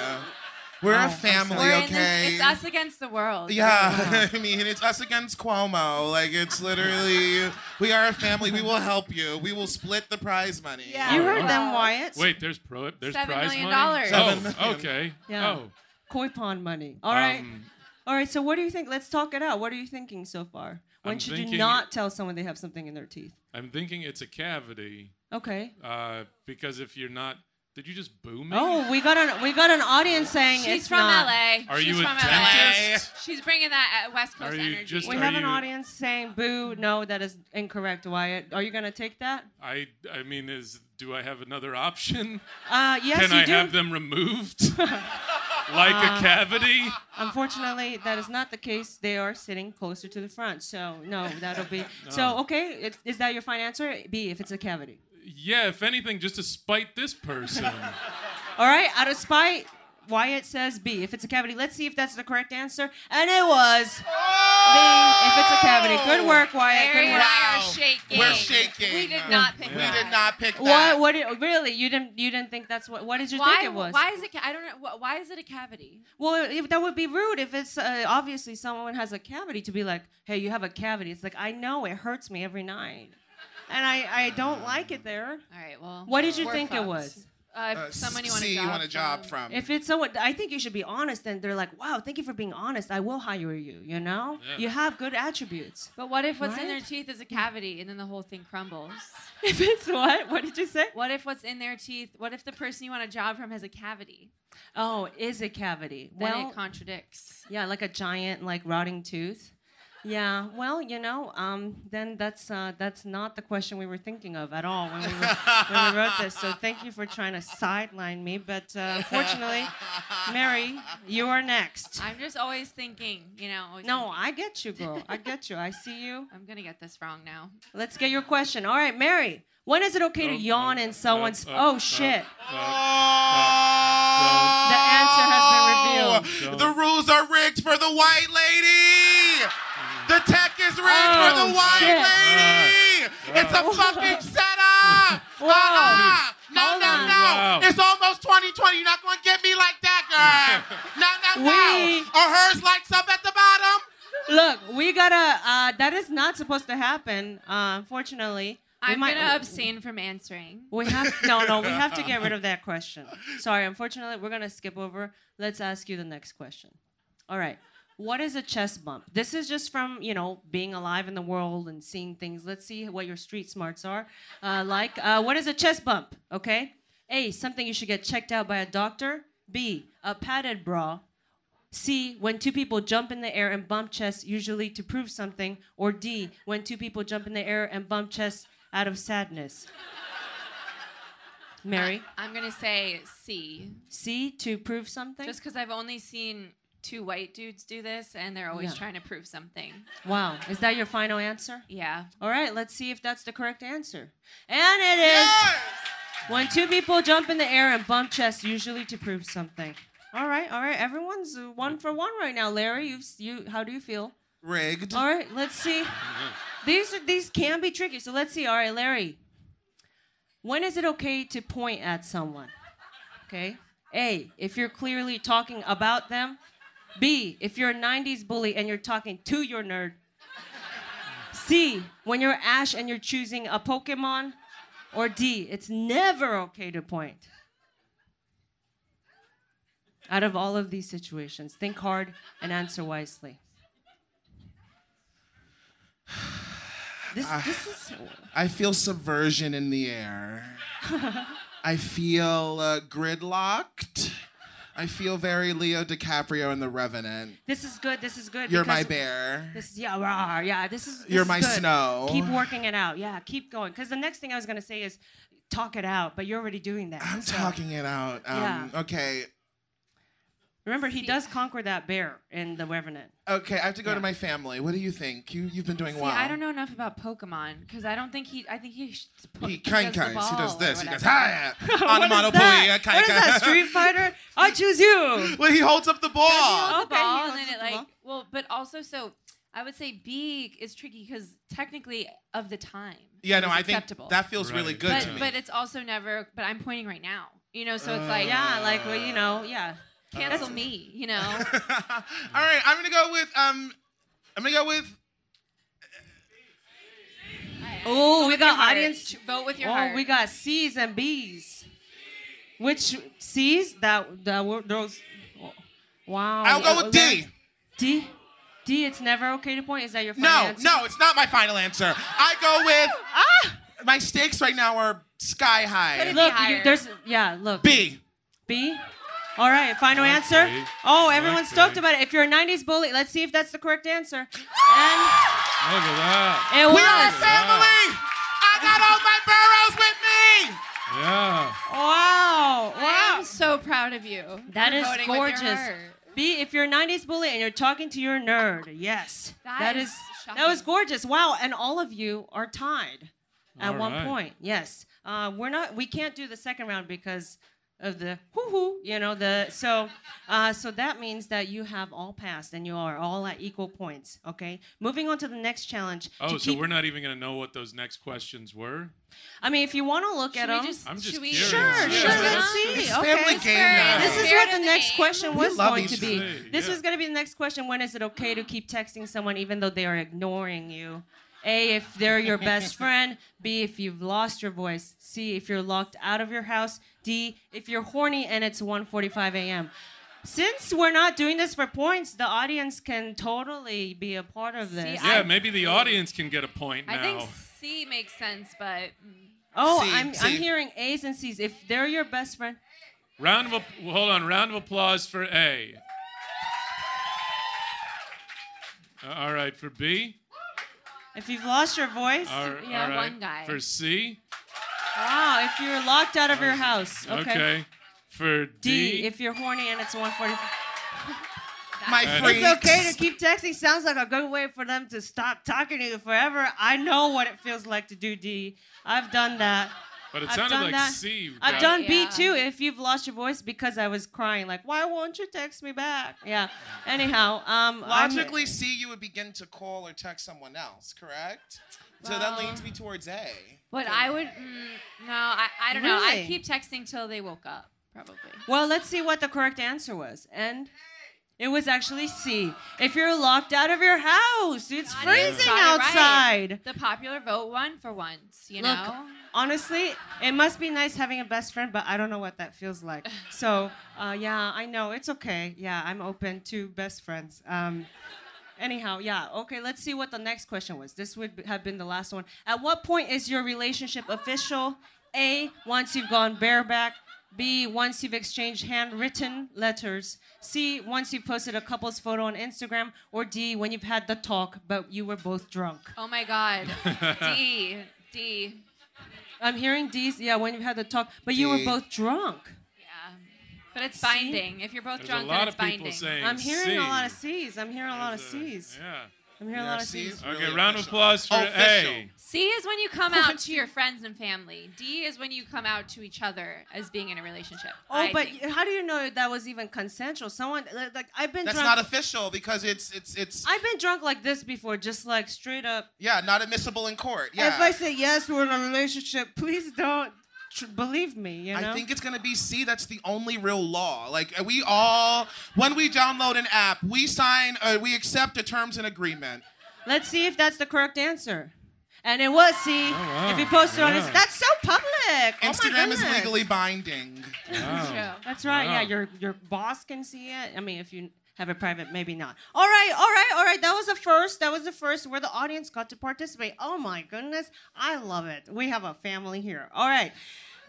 [SPEAKER 6] We're a
[SPEAKER 3] Oh, I'm
[SPEAKER 6] family,
[SPEAKER 3] sorry.
[SPEAKER 5] We're in
[SPEAKER 6] okay?
[SPEAKER 5] this, it's us against the world.
[SPEAKER 6] Yeah, I mean, it's us against Cuomo. Like, it's literally, we are a family. We will help you. We will split the prize money. Oh.
[SPEAKER 5] Yeah.
[SPEAKER 3] You heard them,
[SPEAKER 5] Wow.
[SPEAKER 3] Wyatt.
[SPEAKER 4] Wait, there's pro. There's
[SPEAKER 5] Seven
[SPEAKER 4] prize
[SPEAKER 5] million
[SPEAKER 4] money.
[SPEAKER 5] dollars.
[SPEAKER 6] Seven
[SPEAKER 4] Oh,
[SPEAKER 6] million.
[SPEAKER 4] okay.
[SPEAKER 3] Yeah.
[SPEAKER 4] Oh,
[SPEAKER 3] Koi pond money. All right.
[SPEAKER 4] Um,
[SPEAKER 3] All right. So what do you think? Let's talk it out. What are you thinking so far? When
[SPEAKER 4] I'm
[SPEAKER 3] should you
[SPEAKER 4] thinking-
[SPEAKER 3] not tell someone they have something in their teeth?
[SPEAKER 4] I'm thinking it's a cavity
[SPEAKER 3] Okay.
[SPEAKER 4] uh, because if you're not, Did you just boo me?
[SPEAKER 3] Oh, we got an we got an audience saying
[SPEAKER 5] She's
[SPEAKER 3] it's
[SPEAKER 5] from
[SPEAKER 3] not.
[SPEAKER 5] LA.
[SPEAKER 4] Are
[SPEAKER 5] She's
[SPEAKER 4] you a
[SPEAKER 5] from
[SPEAKER 4] dentist?
[SPEAKER 5] LA. She's bringing that uh, West Coast
[SPEAKER 4] Are you
[SPEAKER 5] energy.
[SPEAKER 4] just-
[SPEAKER 3] We
[SPEAKER 4] Are
[SPEAKER 3] have an
[SPEAKER 4] you-
[SPEAKER 3] audience saying boo. No, that is incorrect, Wyatt. Are you gonna take that?
[SPEAKER 4] I I mean, is do I have another option?
[SPEAKER 3] Uh, yes,
[SPEAKER 4] Can
[SPEAKER 3] you
[SPEAKER 4] I
[SPEAKER 3] do. Uh,
[SPEAKER 4] have them removed? like a cavity?
[SPEAKER 3] Unfortunately, that is not the case. They are sitting closer to the front, so no, that'll be. So okay, it's, is that your fine answer? B, if it's a cavity.
[SPEAKER 4] Yeah, if anything, just to spite this person. Uh,
[SPEAKER 3] All right, out of spite, Wyatt says B. If it's a cavity, let's see if that's the correct answer, and it was B. If it's a cavity, good work, Wyatt.
[SPEAKER 5] Mary and
[SPEAKER 3] Good work.
[SPEAKER 5] I Oh! are
[SPEAKER 6] Wow.
[SPEAKER 5] shaking.
[SPEAKER 6] We're shaking.
[SPEAKER 5] We did not pick
[SPEAKER 6] We
[SPEAKER 5] that.
[SPEAKER 6] did not pick that.
[SPEAKER 3] What? What? Did, really? You didn't? You didn't think that's what? What did you
[SPEAKER 5] Why,
[SPEAKER 3] think it was?
[SPEAKER 5] why is it? ca- I don't know. wh- Why is it a cavity?
[SPEAKER 3] Well, if, that would be rude if it's uh, obviously someone has a cavity to be like, hey, you have a cavity. It's like, I know, it hurts me every night. And I, I don't like it there.
[SPEAKER 5] All right. Well,
[SPEAKER 3] What did you
[SPEAKER 5] we're
[SPEAKER 3] think it
[SPEAKER 5] fucked.
[SPEAKER 3] was?
[SPEAKER 5] Uh, if
[SPEAKER 6] Uh,
[SPEAKER 5] someone you want a
[SPEAKER 6] C,
[SPEAKER 5] job
[SPEAKER 6] you want a job
[SPEAKER 5] from.
[SPEAKER 6] from.
[SPEAKER 3] If it's someone, I think you should be honest and they're like, wow, thank you for being honest. I will hire you, you know?
[SPEAKER 4] Yeah.
[SPEAKER 3] You have good attributes.
[SPEAKER 5] But what if what's in their
[SPEAKER 3] Right?
[SPEAKER 5] teeth is a cavity and then the whole thing crumbles?
[SPEAKER 3] If it's what? What did you say?
[SPEAKER 5] What if what's in their teeth? What if the person you want a job from has a cavity?
[SPEAKER 3] Oh, is a cavity.
[SPEAKER 5] Then
[SPEAKER 3] well,
[SPEAKER 5] it contradicts.
[SPEAKER 3] yeah, like a giant, like rotting tooth. Yeah, well, you know, um, then that's uh, that's not the question we were thinking of at all when we, were, when we wrote this. So thank you for trying to sideline me, but uh, unfortunately, Mary, you are next.
[SPEAKER 5] I'm just always thinking, you know. Always
[SPEAKER 3] No,
[SPEAKER 5] thinking.
[SPEAKER 3] I get you, girl. I get you. I see you.
[SPEAKER 5] I'm gonna get this wrong now.
[SPEAKER 3] Let's get your question. All right, Mary, when is it okay to
[SPEAKER 4] Nope,
[SPEAKER 3] yawn
[SPEAKER 4] nope,
[SPEAKER 3] in someone's?
[SPEAKER 4] nope,
[SPEAKER 3] oh
[SPEAKER 4] nope,
[SPEAKER 3] shit!
[SPEAKER 4] nope.
[SPEAKER 3] The answer
[SPEAKER 6] Oh,
[SPEAKER 3] has been revealed.
[SPEAKER 6] the rules are rigged for the white lady. The tech is rigged for
[SPEAKER 3] Oh,
[SPEAKER 6] the white
[SPEAKER 3] shit.
[SPEAKER 6] lady. It's a fucking setup. Uh-uh. No,
[SPEAKER 3] Hold
[SPEAKER 6] no,
[SPEAKER 3] on.
[SPEAKER 6] no.
[SPEAKER 4] Wow.
[SPEAKER 6] It's almost 2020. You're not going to get me like that, girl. no, no, no.
[SPEAKER 3] We-
[SPEAKER 6] Or hers lights up at the bottom.
[SPEAKER 3] Look, we gotta. Uh, that is not supposed to happen. Uh, unfortunately, we
[SPEAKER 5] I'm
[SPEAKER 3] might-
[SPEAKER 5] gonna abstain from answering.
[SPEAKER 3] We have no, no. We have to get rid of that question. Sorry, unfortunately, we're gonna skip over. Let's ask you the next question. All right. What is a chest bump? This is just from you know being alive in the world and seeing things. Let's see what your street smarts are uh, like. Uh, what is a chest bump? Okay. A. Something you should get checked out by a doctor. B. A padded bra. C. When two people jump in the air and bump chests, usually to prove something. Or D. When two people jump in the air and bump chests out of sadness. Mary.
[SPEAKER 5] I'm gonna say C,
[SPEAKER 3] C. To prove something.
[SPEAKER 5] just because I've only seen two white dudes do this, and they're always
[SPEAKER 3] Yeah.
[SPEAKER 5] trying to prove something.
[SPEAKER 3] wow. Is that your final answer?
[SPEAKER 5] Yeah.
[SPEAKER 3] All right, let's see if that's the correct answer. And it is. When two people jump in the air and bump chests, usually to prove something. All right, all right. Everyone's uh, one for one right now. Larry, you you how do you feel?
[SPEAKER 6] Rigged.
[SPEAKER 3] All right, let's see. These are these can be tricky. So let's see. All right, Larry. When is it okay to point at someone? Okay? A, if you're clearly talking about them. B, if you're a 90s bully and you're talking to your nerd. C, when you're Ash and you're choosing a Pokemon. Or D, it's never okay to point. Out of all of these situations, think hard and answer wisely. This, this is.
[SPEAKER 6] Ah, I feel subversion in the air. I feel uh, gridlocked. I feel very Leo DiCaprio in The Revenant.
[SPEAKER 3] This is good. This is good.
[SPEAKER 6] You're my
[SPEAKER 3] because
[SPEAKER 6] bear.
[SPEAKER 3] This is yeah, rah, yeah. This is. this
[SPEAKER 6] You're
[SPEAKER 3] is
[SPEAKER 6] my
[SPEAKER 3] good.
[SPEAKER 6] snow.
[SPEAKER 3] Keep working it out. Yeah, keep going. Because the next thing I was gonna say is, talk it out. But you're already doing that.
[SPEAKER 6] I'm
[SPEAKER 3] so-
[SPEAKER 6] talking it out. Um,
[SPEAKER 3] Yeah.
[SPEAKER 6] Okay.
[SPEAKER 3] Remember, he does conquer that bear in the Revenant.
[SPEAKER 6] Okay, I have to go
[SPEAKER 3] Yeah.
[SPEAKER 6] to my family. What do you think? You, you've been doing
[SPEAKER 5] See,
[SPEAKER 6] well.
[SPEAKER 5] I don't know enough about Pokemon because I don't think he. I think he. Sh- po-
[SPEAKER 6] He kind
[SPEAKER 5] does the
[SPEAKER 6] kind. He does
[SPEAKER 5] ball or
[SPEAKER 6] this. He goes,
[SPEAKER 5] whatever.
[SPEAKER 6] hi.
[SPEAKER 3] What is that?
[SPEAKER 6] Onomatopoeia,
[SPEAKER 3] What is that?
[SPEAKER 6] kind
[SPEAKER 3] Street Fighter? I choose you.
[SPEAKER 6] Well, he holds up the ball.
[SPEAKER 5] Hold the
[SPEAKER 3] Okay, he
[SPEAKER 5] ball,
[SPEAKER 3] holds
[SPEAKER 5] and then
[SPEAKER 3] up
[SPEAKER 5] it
[SPEAKER 3] the
[SPEAKER 5] like
[SPEAKER 3] ball.
[SPEAKER 5] well, but also so I would say B is tricky because technically of the time.
[SPEAKER 6] Yeah,
[SPEAKER 5] it
[SPEAKER 6] no,
[SPEAKER 5] was
[SPEAKER 6] I think
[SPEAKER 5] acceptable.
[SPEAKER 6] that feels
[SPEAKER 4] Right.
[SPEAKER 6] really good
[SPEAKER 5] but
[SPEAKER 6] to me.
[SPEAKER 5] but it's also never. But I'm pointing right now, you know. So it's like
[SPEAKER 3] Yeah, like well, you know, yeah.
[SPEAKER 5] cancel me, you know.
[SPEAKER 6] All right, I'm gonna go with um, I'm gonna go with
[SPEAKER 3] Oh, we got
[SPEAKER 5] Heart.
[SPEAKER 3] audience.
[SPEAKER 5] Vote with your
[SPEAKER 3] Oh,
[SPEAKER 5] heart.
[SPEAKER 3] we got C's and B's. Which C's? That that were those. Wow.
[SPEAKER 6] I'll go with
[SPEAKER 3] Larry-
[SPEAKER 6] D.
[SPEAKER 3] D. D. It's never okay to point. Is that your final
[SPEAKER 6] No,
[SPEAKER 3] answer?
[SPEAKER 5] Ah!
[SPEAKER 6] no, it's not my final answer. I go with. my stakes right now are sky high.
[SPEAKER 3] Look, you,
[SPEAKER 5] higher.
[SPEAKER 3] there's yeah. Look,
[SPEAKER 6] B.
[SPEAKER 3] B. All right, final answer.
[SPEAKER 4] B.
[SPEAKER 3] Oh, everyone's
[SPEAKER 4] B.
[SPEAKER 3] stoked about it. If you're a '90s bully, let's see if that's the correct answer. And
[SPEAKER 4] Look at that.
[SPEAKER 3] it
[SPEAKER 6] We are a
[SPEAKER 3] was.
[SPEAKER 6] family. I got all
[SPEAKER 4] Yeah.
[SPEAKER 6] my burrows with me.
[SPEAKER 3] Wow! Wow!
[SPEAKER 5] I'm so proud of you.
[SPEAKER 3] That
[SPEAKER 5] for
[SPEAKER 3] is
[SPEAKER 5] voting with your
[SPEAKER 3] gorgeous.
[SPEAKER 5] heart.
[SPEAKER 3] B, if you're a 90s bully and you're talking to your nerd, yes.
[SPEAKER 5] That is
[SPEAKER 3] that was
[SPEAKER 5] shocking.
[SPEAKER 3] gorgeous. Wow, and all of you are tied at
[SPEAKER 4] All
[SPEAKER 3] one
[SPEAKER 4] right.
[SPEAKER 3] point. Yes. Uh, we're not we can't do the second round because of the hoo hoo, you know, the so uh, so that means that you have all passed and you are all at equal points, okay? Moving on to the next challenge. to
[SPEAKER 4] Oh, so
[SPEAKER 3] keep-
[SPEAKER 4] we're not even gonna know what those next questions were.
[SPEAKER 3] I mean, if you want to look
[SPEAKER 5] Should
[SPEAKER 3] at
[SPEAKER 5] we
[SPEAKER 3] them.
[SPEAKER 5] just,
[SPEAKER 4] I'm just
[SPEAKER 5] should we,
[SPEAKER 4] curious.
[SPEAKER 3] Sure,
[SPEAKER 4] Yeah.
[SPEAKER 3] sure. Let's
[SPEAKER 4] Huh?
[SPEAKER 3] see.
[SPEAKER 6] It's
[SPEAKER 3] okay.
[SPEAKER 6] family game now.
[SPEAKER 3] This is
[SPEAKER 5] Fair
[SPEAKER 3] what
[SPEAKER 5] to
[SPEAKER 3] the
[SPEAKER 5] the
[SPEAKER 3] next
[SPEAKER 5] game.
[SPEAKER 3] question was
[SPEAKER 6] love
[SPEAKER 3] going
[SPEAKER 6] each
[SPEAKER 3] to be.
[SPEAKER 4] other. Hey,
[SPEAKER 3] This
[SPEAKER 4] yeah.
[SPEAKER 3] was going to be the next question. When is it okay to keep texting someone even though they are ignoring you? A, if they're your best friend. B, if you've lost your voice. C, if you're locked out of your house. D, if you're horny and it's 1:45 a.m. Since we're not doing this for points, the audience can totally be a part of this.
[SPEAKER 5] I-
[SPEAKER 4] Yeah, maybe the audience can get a point now.
[SPEAKER 5] I think C makes sense, but mm.
[SPEAKER 3] oh,
[SPEAKER 6] C,
[SPEAKER 3] i I'm,
[SPEAKER 6] C.
[SPEAKER 3] I'm hearing A's and C's. If they're your best friend,
[SPEAKER 4] Round of app- hold on, round of applause for A. Uh, All right, for B.
[SPEAKER 3] if you've lost your voice,
[SPEAKER 4] All r-
[SPEAKER 5] Yeah,
[SPEAKER 4] all right.
[SPEAKER 5] one guy.
[SPEAKER 4] For C.
[SPEAKER 3] Wow, Ah, if you're locked out of your house. Okay.
[SPEAKER 4] For
[SPEAKER 3] D,
[SPEAKER 4] D.
[SPEAKER 3] if you're horny and it's 145.
[SPEAKER 6] My
[SPEAKER 4] It's
[SPEAKER 6] freaks.
[SPEAKER 3] It's okay to keep texting. Sounds like a good way for them to stop talking to you forever. I know what it feels like to do D. I've done that.
[SPEAKER 4] but it
[SPEAKER 3] I've
[SPEAKER 4] sounded
[SPEAKER 3] done
[SPEAKER 4] like
[SPEAKER 3] that.
[SPEAKER 4] C.
[SPEAKER 3] I've
[SPEAKER 4] got-
[SPEAKER 3] done B
[SPEAKER 5] Yeah.
[SPEAKER 3] too if you've lost your voice because I was crying. Like, why won't you text me back? Yeah. Anyhow, um, I'm-
[SPEAKER 6] Logically, C, you would begin to call or text someone else, correct? so that
[SPEAKER 5] Well-
[SPEAKER 6] leans me towards A.
[SPEAKER 5] what I would mm, no, I, I don't know. I
[SPEAKER 3] Really?
[SPEAKER 5] keep texting till they woke up, probably.
[SPEAKER 3] Well, let's see what the correct answer was. And it was actually C. If you're locked out of your house, it's
[SPEAKER 5] God, you
[SPEAKER 3] freezing
[SPEAKER 5] got it right.
[SPEAKER 3] outside.
[SPEAKER 5] The popular vote won for once, you
[SPEAKER 3] Look,
[SPEAKER 5] know.
[SPEAKER 3] honestly, it must be nice having a best friend, but I don't know what that feels like. So, uh, yeah, I know it's okay. Yeah, I'm open to best friends. Um, anyhow, yeah, okay. Let's see what the next question was. This would be- have been the last one. At what point is your relationship official? A. Once you've gone bareback. B. Once you've exchanged handwritten letters. C. Once you've posted a couple's photo on Instagram. Or D. When you've had the talk, but you were both drunk.
[SPEAKER 5] Oh my God. D D.
[SPEAKER 3] I'm hearing D's. Yeah, when you had the talk, but you were
[SPEAKER 6] D.
[SPEAKER 3] both drunk.
[SPEAKER 5] Yeah, but it's binding. If you're both
[SPEAKER 4] There's
[SPEAKER 5] drunk,
[SPEAKER 4] a
[SPEAKER 5] then
[SPEAKER 4] lot
[SPEAKER 5] it's
[SPEAKER 4] of people
[SPEAKER 5] binding.
[SPEAKER 4] saying
[SPEAKER 3] I'm hearing
[SPEAKER 4] C.
[SPEAKER 3] a lot of C's. I'm hearing a lot of
[SPEAKER 4] There's
[SPEAKER 3] C's.
[SPEAKER 4] Yeah.
[SPEAKER 3] I'm hearing a
[SPEAKER 6] Yeah,
[SPEAKER 3] lot of
[SPEAKER 6] C's.
[SPEAKER 3] C's.
[SPEAKER 4] Okay,
[SPEAKER 6] Really
[SPEAKER 4] round of
[SPEAKER 6] official.
[SPEAKER 4] applause for
[SPEAKER 6] Official.
[SPEAKER 4] A.
[SPEAKER 5] C is when you come out to your friends and family. D is when you come out to each other as being in a relationship.
[SPEAKER 3] Oh,
[SPEAKER 5] I
[SPEAKER 3] but
[SPEAKER 5] think.
[SPEAKER 3] how do you know that was even consensual? Someone like I've been
[SPEAKER 6] That's
[SPEAKER 3] drunk.
[SPEAKER 6] not official because it's it's it's
[SPEAKER 3] I've been drunk like this before, just like straight up.
[SPEAKER 6] yeah, not admissible in court. Yeah.
[SPEAKER 3] If I say yes, we're in a relationship, please don't tr- believe me. You know.
[SPEAKER 6] I think it's gonna be C. That's the only real law. Like uh, we all, when we download an app, we sign, uh, we accept the terms and agreement.
[SPEAKER 3] Let's see if that's the correct answer. And it was C.
[SPEAKER 4] Oh, wow.
[SPEAKER 3] If you posted on
[SPEAKER 4] Yeah.
[SPEAKER 3] Instagram, that's so public. oh
[SPEAKER 6] Instagram
[SPEAKER 3] my
[SPEAKER 6] is
[SPEAKER 3] goodness.
[SPEAKER 6] legally binding.
[SPEAKER 4] Wow.
[SPEAKER 3] That's right. Yeah,
[SPEAKER 4] Wow.
[SPEAKER 3] your your boss can see it. I mean, if you have a private, maybe not. All right, all right, all right. That was the first. That was the first where the audience got to participate. Oh my goodness, I love it. We have a family here. All right.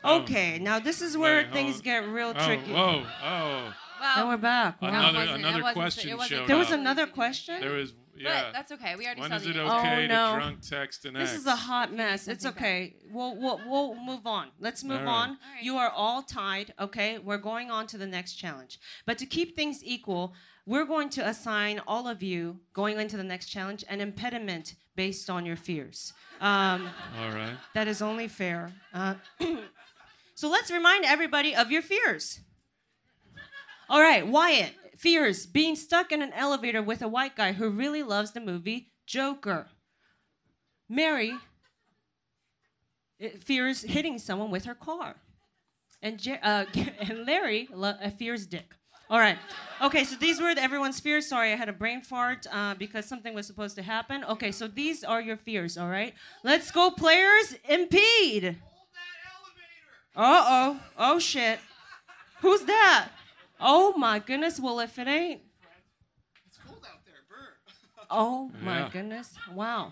[SPEAKER 3] Okay, now this is where
[SPEAKER 4] Oh, wait, hold
[SPEAKER 3] things
[SPEAKER 4] on.
[SPEAKER 3] get real
[SPEAKER 4] Oh,
[SPEAKER 3] tricky.
[SPEAKER 4] whoa. Oh.
[SPEAKER 3] Now we're
[SPEAKER 5] well,
[SPEAKER 3] back.
[SPEAKER 5] no, it
[SPEAKER 4] Another-
[SPEAKER 5] wasn't- it
[SPEAKER 4] another
[SPEAKER 5] wasn't- it
[SPEAKER 4] question
[SPEAKER 5] wasn't
[SPEAKER 4] showed
[SPEAKER 3] There was
[SPEAKER 4] up.
[SPEAKER 3] another question. Oh,
[SPEAKER 4] There is
[SPEAKER 5] But
[SPEAKER 4] yeah.
[SPEAKER 5] that's okay. We already
[SPEAKER 4] when
[SPEAKER 5] saw
[SPEAKER 4] is
[SPEAKER 5] the
[SPEAKER 4] it
[SPEAKER 5] answer.
[SPEAKER 4] okay
[SPEAKER 3] no.
[SPEAKER 4] to drunk text and
[SPEAKER 3] This
[SPEAKER 4] X?
[SPEAKER 3] is a hot mess. It's okay. We'll, we'll, we'll move on. Let's move
[SPEAKER 4] All right.
[SPEAKER 3] on.
[SPEAKER 5] All right.
[SPEAKER 3] You are all tied, okay? We're going on to the next challenge. But to keep things equal, we're going to assign all of you going into the next challenge an impediment based on your fears. Um,
[SPEAKER 4] All right.
[SPEAKER 3] that is only fair. Uh, so let's remind everybody of your fears. All right, Wyatt, fears being stuck in an elevator with a white guy who really loves the movie Joker. Mary uh, fears hitting someone with her car. And, Jer- uh, and Larry lo- uh, fears dick. All right. Okay, so these were the- everyone's fears. Sorry, I had a brain fart uh, because something was supposed to happen. Okay, so these are your fears, all right? Let's go, players. Impede. Uh oh. Oh, shit. Who's that? Oh, my goodness. Well, if it ain't.
[SPEAKER 6] It's cold out there, Bert.
[SPEAKER 3] Oh, my
[SPEAKER 4] Yeah.
[SPEAKER 3] goodness. Wow.
[SPEAKER 6] nose warm.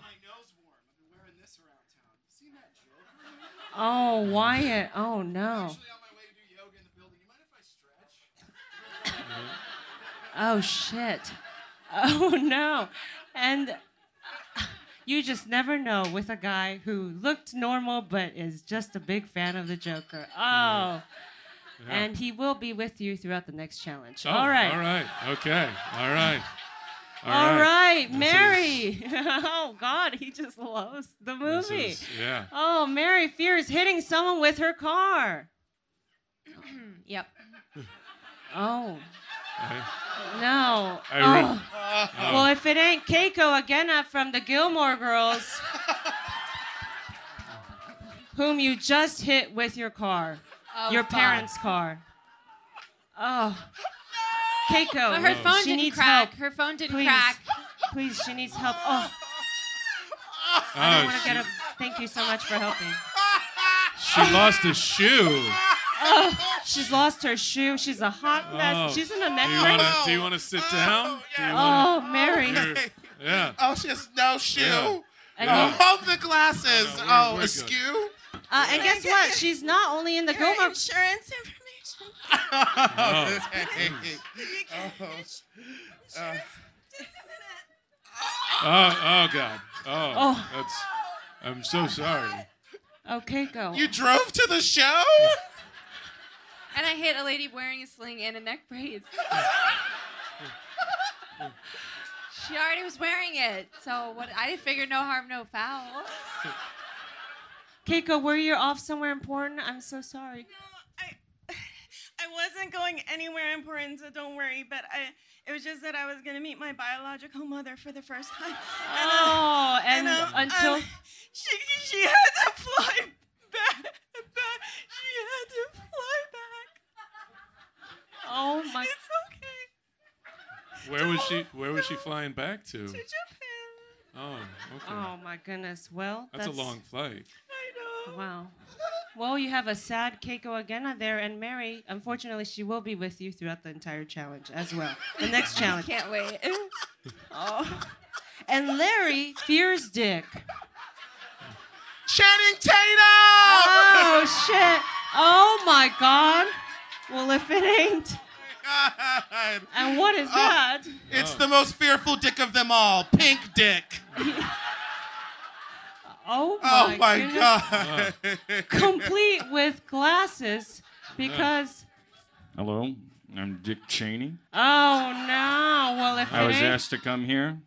[SPEAKER 6] I've been wearing this around town. You seen that Joker?
[SPEAKER 3] Oh, Wyatt. Oh, no. Oh, shit. Oh, no. And you just never know with a guy who looked normal but is just a big fan of the Joker. Oh. And he will be with you throughout the next challenge.
[SPEAKER 4] Oh,
[SPEAKER 3] all right.
[SPEAKER 4] All right. Okay. All right.
[SPEAKER 3] All right,
[SPEAKER 4] This
[SPEAKER 3] Mary. oh God, he just loves the
[SPEAKER 4] is-
[SPEAKER 3] movie.
[SPEAKER 4] this is- yeah.
[SPEAKER 3] Oh, Mary fears hitting someone with her car.
[SPEAKER 5] Yep.
[SPEAKER 3] Oh
[SPEAKER 4] I,
[SPEAKER 3] no.
[SPEAKER 4] I
[SPEAKER 3] oh.
[SPEAKER 4] re- oh,
[SPEAKER 3] Well, if it ain't Keiko again up from the Gilmore Girls, whom you just hit with your car,
[SPEAKER 5] Oh,
[SPEAKER 3] your
[SPEAKER 5] fuck.
[SPEAKER 3] parents' car. Oh, Keiko,
[SPEAKER 5] But her phone
[SPEAKER 3] she
[SPEAKER 5] didn't
[SPEAKER 3] needs
[SPEAKER 5] crack.
[SPEAKER 3] help.
[SPEAKER 5] Her phone didn't
[SPEAKER 3] Please.
[SPEAKER 5] crack.
[SPEAKER 3] Please, she needs help. Oh, I don't
[SPEAKER 4] oh,
[SPEAKER 3] want to
[SPEAKER 4] she,
[SPEAKER 3] get a. Thank you so much for helping.
[SPEAKER 4] she lost a shoe.
[SPEAKER 3] Oh, She's lost her shoe. She's a hot mess.
[SPEAKER 4] Oh.
[SPEAKER 3] She's in a
[SPEAKER 4] Do you want
[SPEAKER 3] neck
[SPEAKER 4] to?
[SPEAKER 3] brace.
[SPEAKER 4] Do you want to sit down? Do you wanna-
[SPEAKER 3] Oh, Mary.
[SPEAKER 4] You're- yeah.
[SPEAKER 6] Oh, she has no shoe.
[SPEAKER 4] Yeah.
[SPEAKER 3] And,
[SPEAKER 6] Oh,
[SPEAKER 3] you-
[SPEAKER 6] hold the glasses.
[SPEAKER 4] No, we're-
[SPEAKER 6] oh,
[SPEAKER 4] we're good.
[SPEAKER 6] askew.
[SPEAKER 3] uh, and guess what? She's not only in the Gilmore.
[SPEAKER 7] Insurance information.
[SPEAKER 4] Oh. Oh, oh God. Oh,
[SPEAKER 3] Oh.
[SPEAKER 4] that's. I'm so sorry.
[SPEAKER 3] Oh, Keiko.
[SPEAKER 6] You drove to the show?
[SPEAKER 5] And I hit a lady wearing a sling and a neck brace. she already was wearing it, so what? I figured no harm, no foul.
[SPEAKER 3] Keiko, were you off somewhere important? I'm so sorry.
[SPEAKER 7] I I wasn't going anywhere important, so don't worry. But I, it was just that I was gonna meet my biological mother for the first time. And, uh,
[SPEAKER 3] Oh, and
[SPEAKER 7] um,
[SPEAKER 3] until
[SPEAKER 7] um, she she had to fly back, back. She had to fly back.
[SPEAKER 3] oh my.
[SPEAKER 7] It's okay
[SPEAKER 4] Where was she? Where was she flying back to?
[SPEAKER 7] to Japan.
[SPEAKER 4] Oh, okay.
[SPEAKER 3] Oh my goodness. Well,
[SPEAKER 4] that's, a long flight.
[SPEAKER 7] I know.
[SPEAKER 3] Wow. Well, you have a sad Keiko Agena there, and Mary. Unfortunately, she will be with you throughout the entire challenge as well. The next challenge.
[SPEAKER 5] Can't wait.
[SPEAKER 3] And Larry fears Dick.
[SPEAKER 6] Channing Tatum!
[SPEAKER 3] Oh shit! Oh my god! Well, if it ain't,
[SPEAKER 6] God.
[SPEAKER 3] and what is that?
[SPEAKER 6] Oh, It's the most fearful dick of them all, Pink Dick.
[SPEAKER 3] Oh my,
[SPEAKER 6] Oh my
[SPEAKER 3] goodness.
[SPEAKER 6] God.
[SPEAKER 3] Complete with glasses, because
[SPEAKER 8] Hello, I'm Dick Cheney.
[SPEAKER 3] oh no! Well, if
[SPEAKER 8] I
[SPEAKER 3] it
[SPEAKER 8] was
[SPEAKER 3] ain't,
[SPEAKER 8] asked to come here,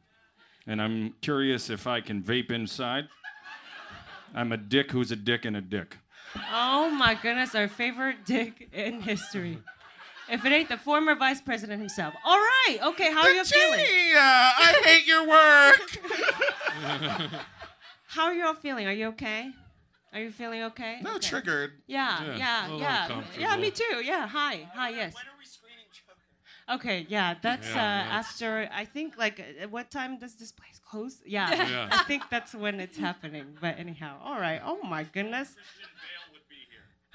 [SPEAKER 8] and I'm curious if I can vape inside. I'm a dick who's a dick and a dick.
[SPEAKER 3] oh my goodness, our favorite dick in history. If it ain't the former vice president himself. All right, okay. How are you feeling?
[SPEAKER 6] Virginia, I hate your work.
[SPEAKER 3] How are you all feeling? Are you okay? Are you feeling okay?
[SPEAKER 6] No,
[SPEAKER 3] Okay.
[SPEAKER 6] triggered.
[SPEAKER 3] Yeah,
[SPEAKER 4] Yeah, a
[SPEAKER 3] yeah,
[SPEAKER 4] little
[SPEAKER 3] yeah. Yeah,
[SPEAKER 4] uncomfortable.
[SPEAKER 3] me too. Yeah, hi, hi, yes. When are we screening Joker? Okay, yeah, that's
[SPEAKER 4] Yeah,
[SPEAKER 3] uh,
[SPEAKER 4] that's-
[SPEAKER 3] after, I think, like, uh, what time does this place close? Yeah,
[SPEAKER 4] Yeah.
[SPEAKER 3] I think that's when it's happening. But anyhow, all right, oh my goodness.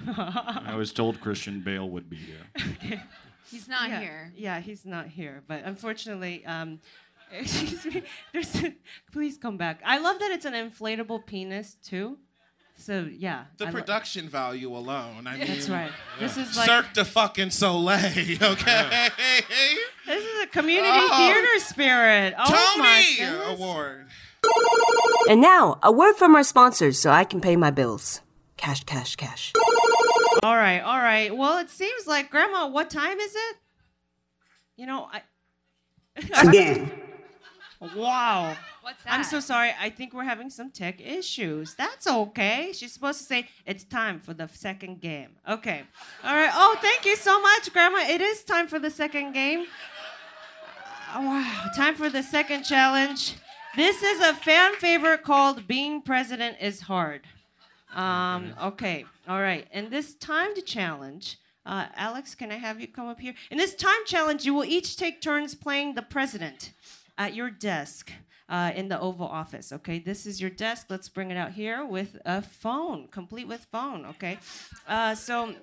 [SPEAKER 8] I was told Christian Bale would be here.
[SPEAKER 5] He's not
[SPEAKER 3] yeah,
[SPEAKER 5] here.
[SPEAKER 3] Yeah, he's not here, but unfortunately, um, excuse me, there's, please come back. I love that it's an inflatable penis, too. So, yeah.
[SPEAKER 6] The
[SPEAKER 3] I lo-
[SPEAKER 6] production value alone. I mean,
[SPEAKER 3] That's right. This is like.
[SPEAKER 6] Cirque du fucking Soleil, okay?
[SPEAKER 3] This is a community
[SPEAKER 6] Oh.
[SPEAKER 3] theater spirit. Oh my
[SPEAKER 6] Tony
[SPEAKER 3] goodness.
[SPEAKER 6] Award.
[SPEAKER 2] And now, a word from our sponsors so I can pay my bills. Cash, cash, cash.
[SPEAKER 3] All right, all right. Well, it seems like Grandma. What time is it? You know, I. wow.
[SPEAKER 5] What's that?
[SPEAKER 3] I'm so sorry. I think we're having some tech issues. That's okay. She's supposed to say it's time for the second game. Okay. All right. Oh, thank you so much, Grandma. It is time for the second game. Oh, wow. Time for the second challenge. This is a fan favorite called "Being President Is Hard." Um, okay. All right. In this timed challenge, uh, Alex, can I have you come up here? In this time challenge, you will each take turns playing the president at your desk uh, in the Oval Office. Okay. This is your desk. Let's bring it out here with a phone, complete with phone. Okay. Uh, so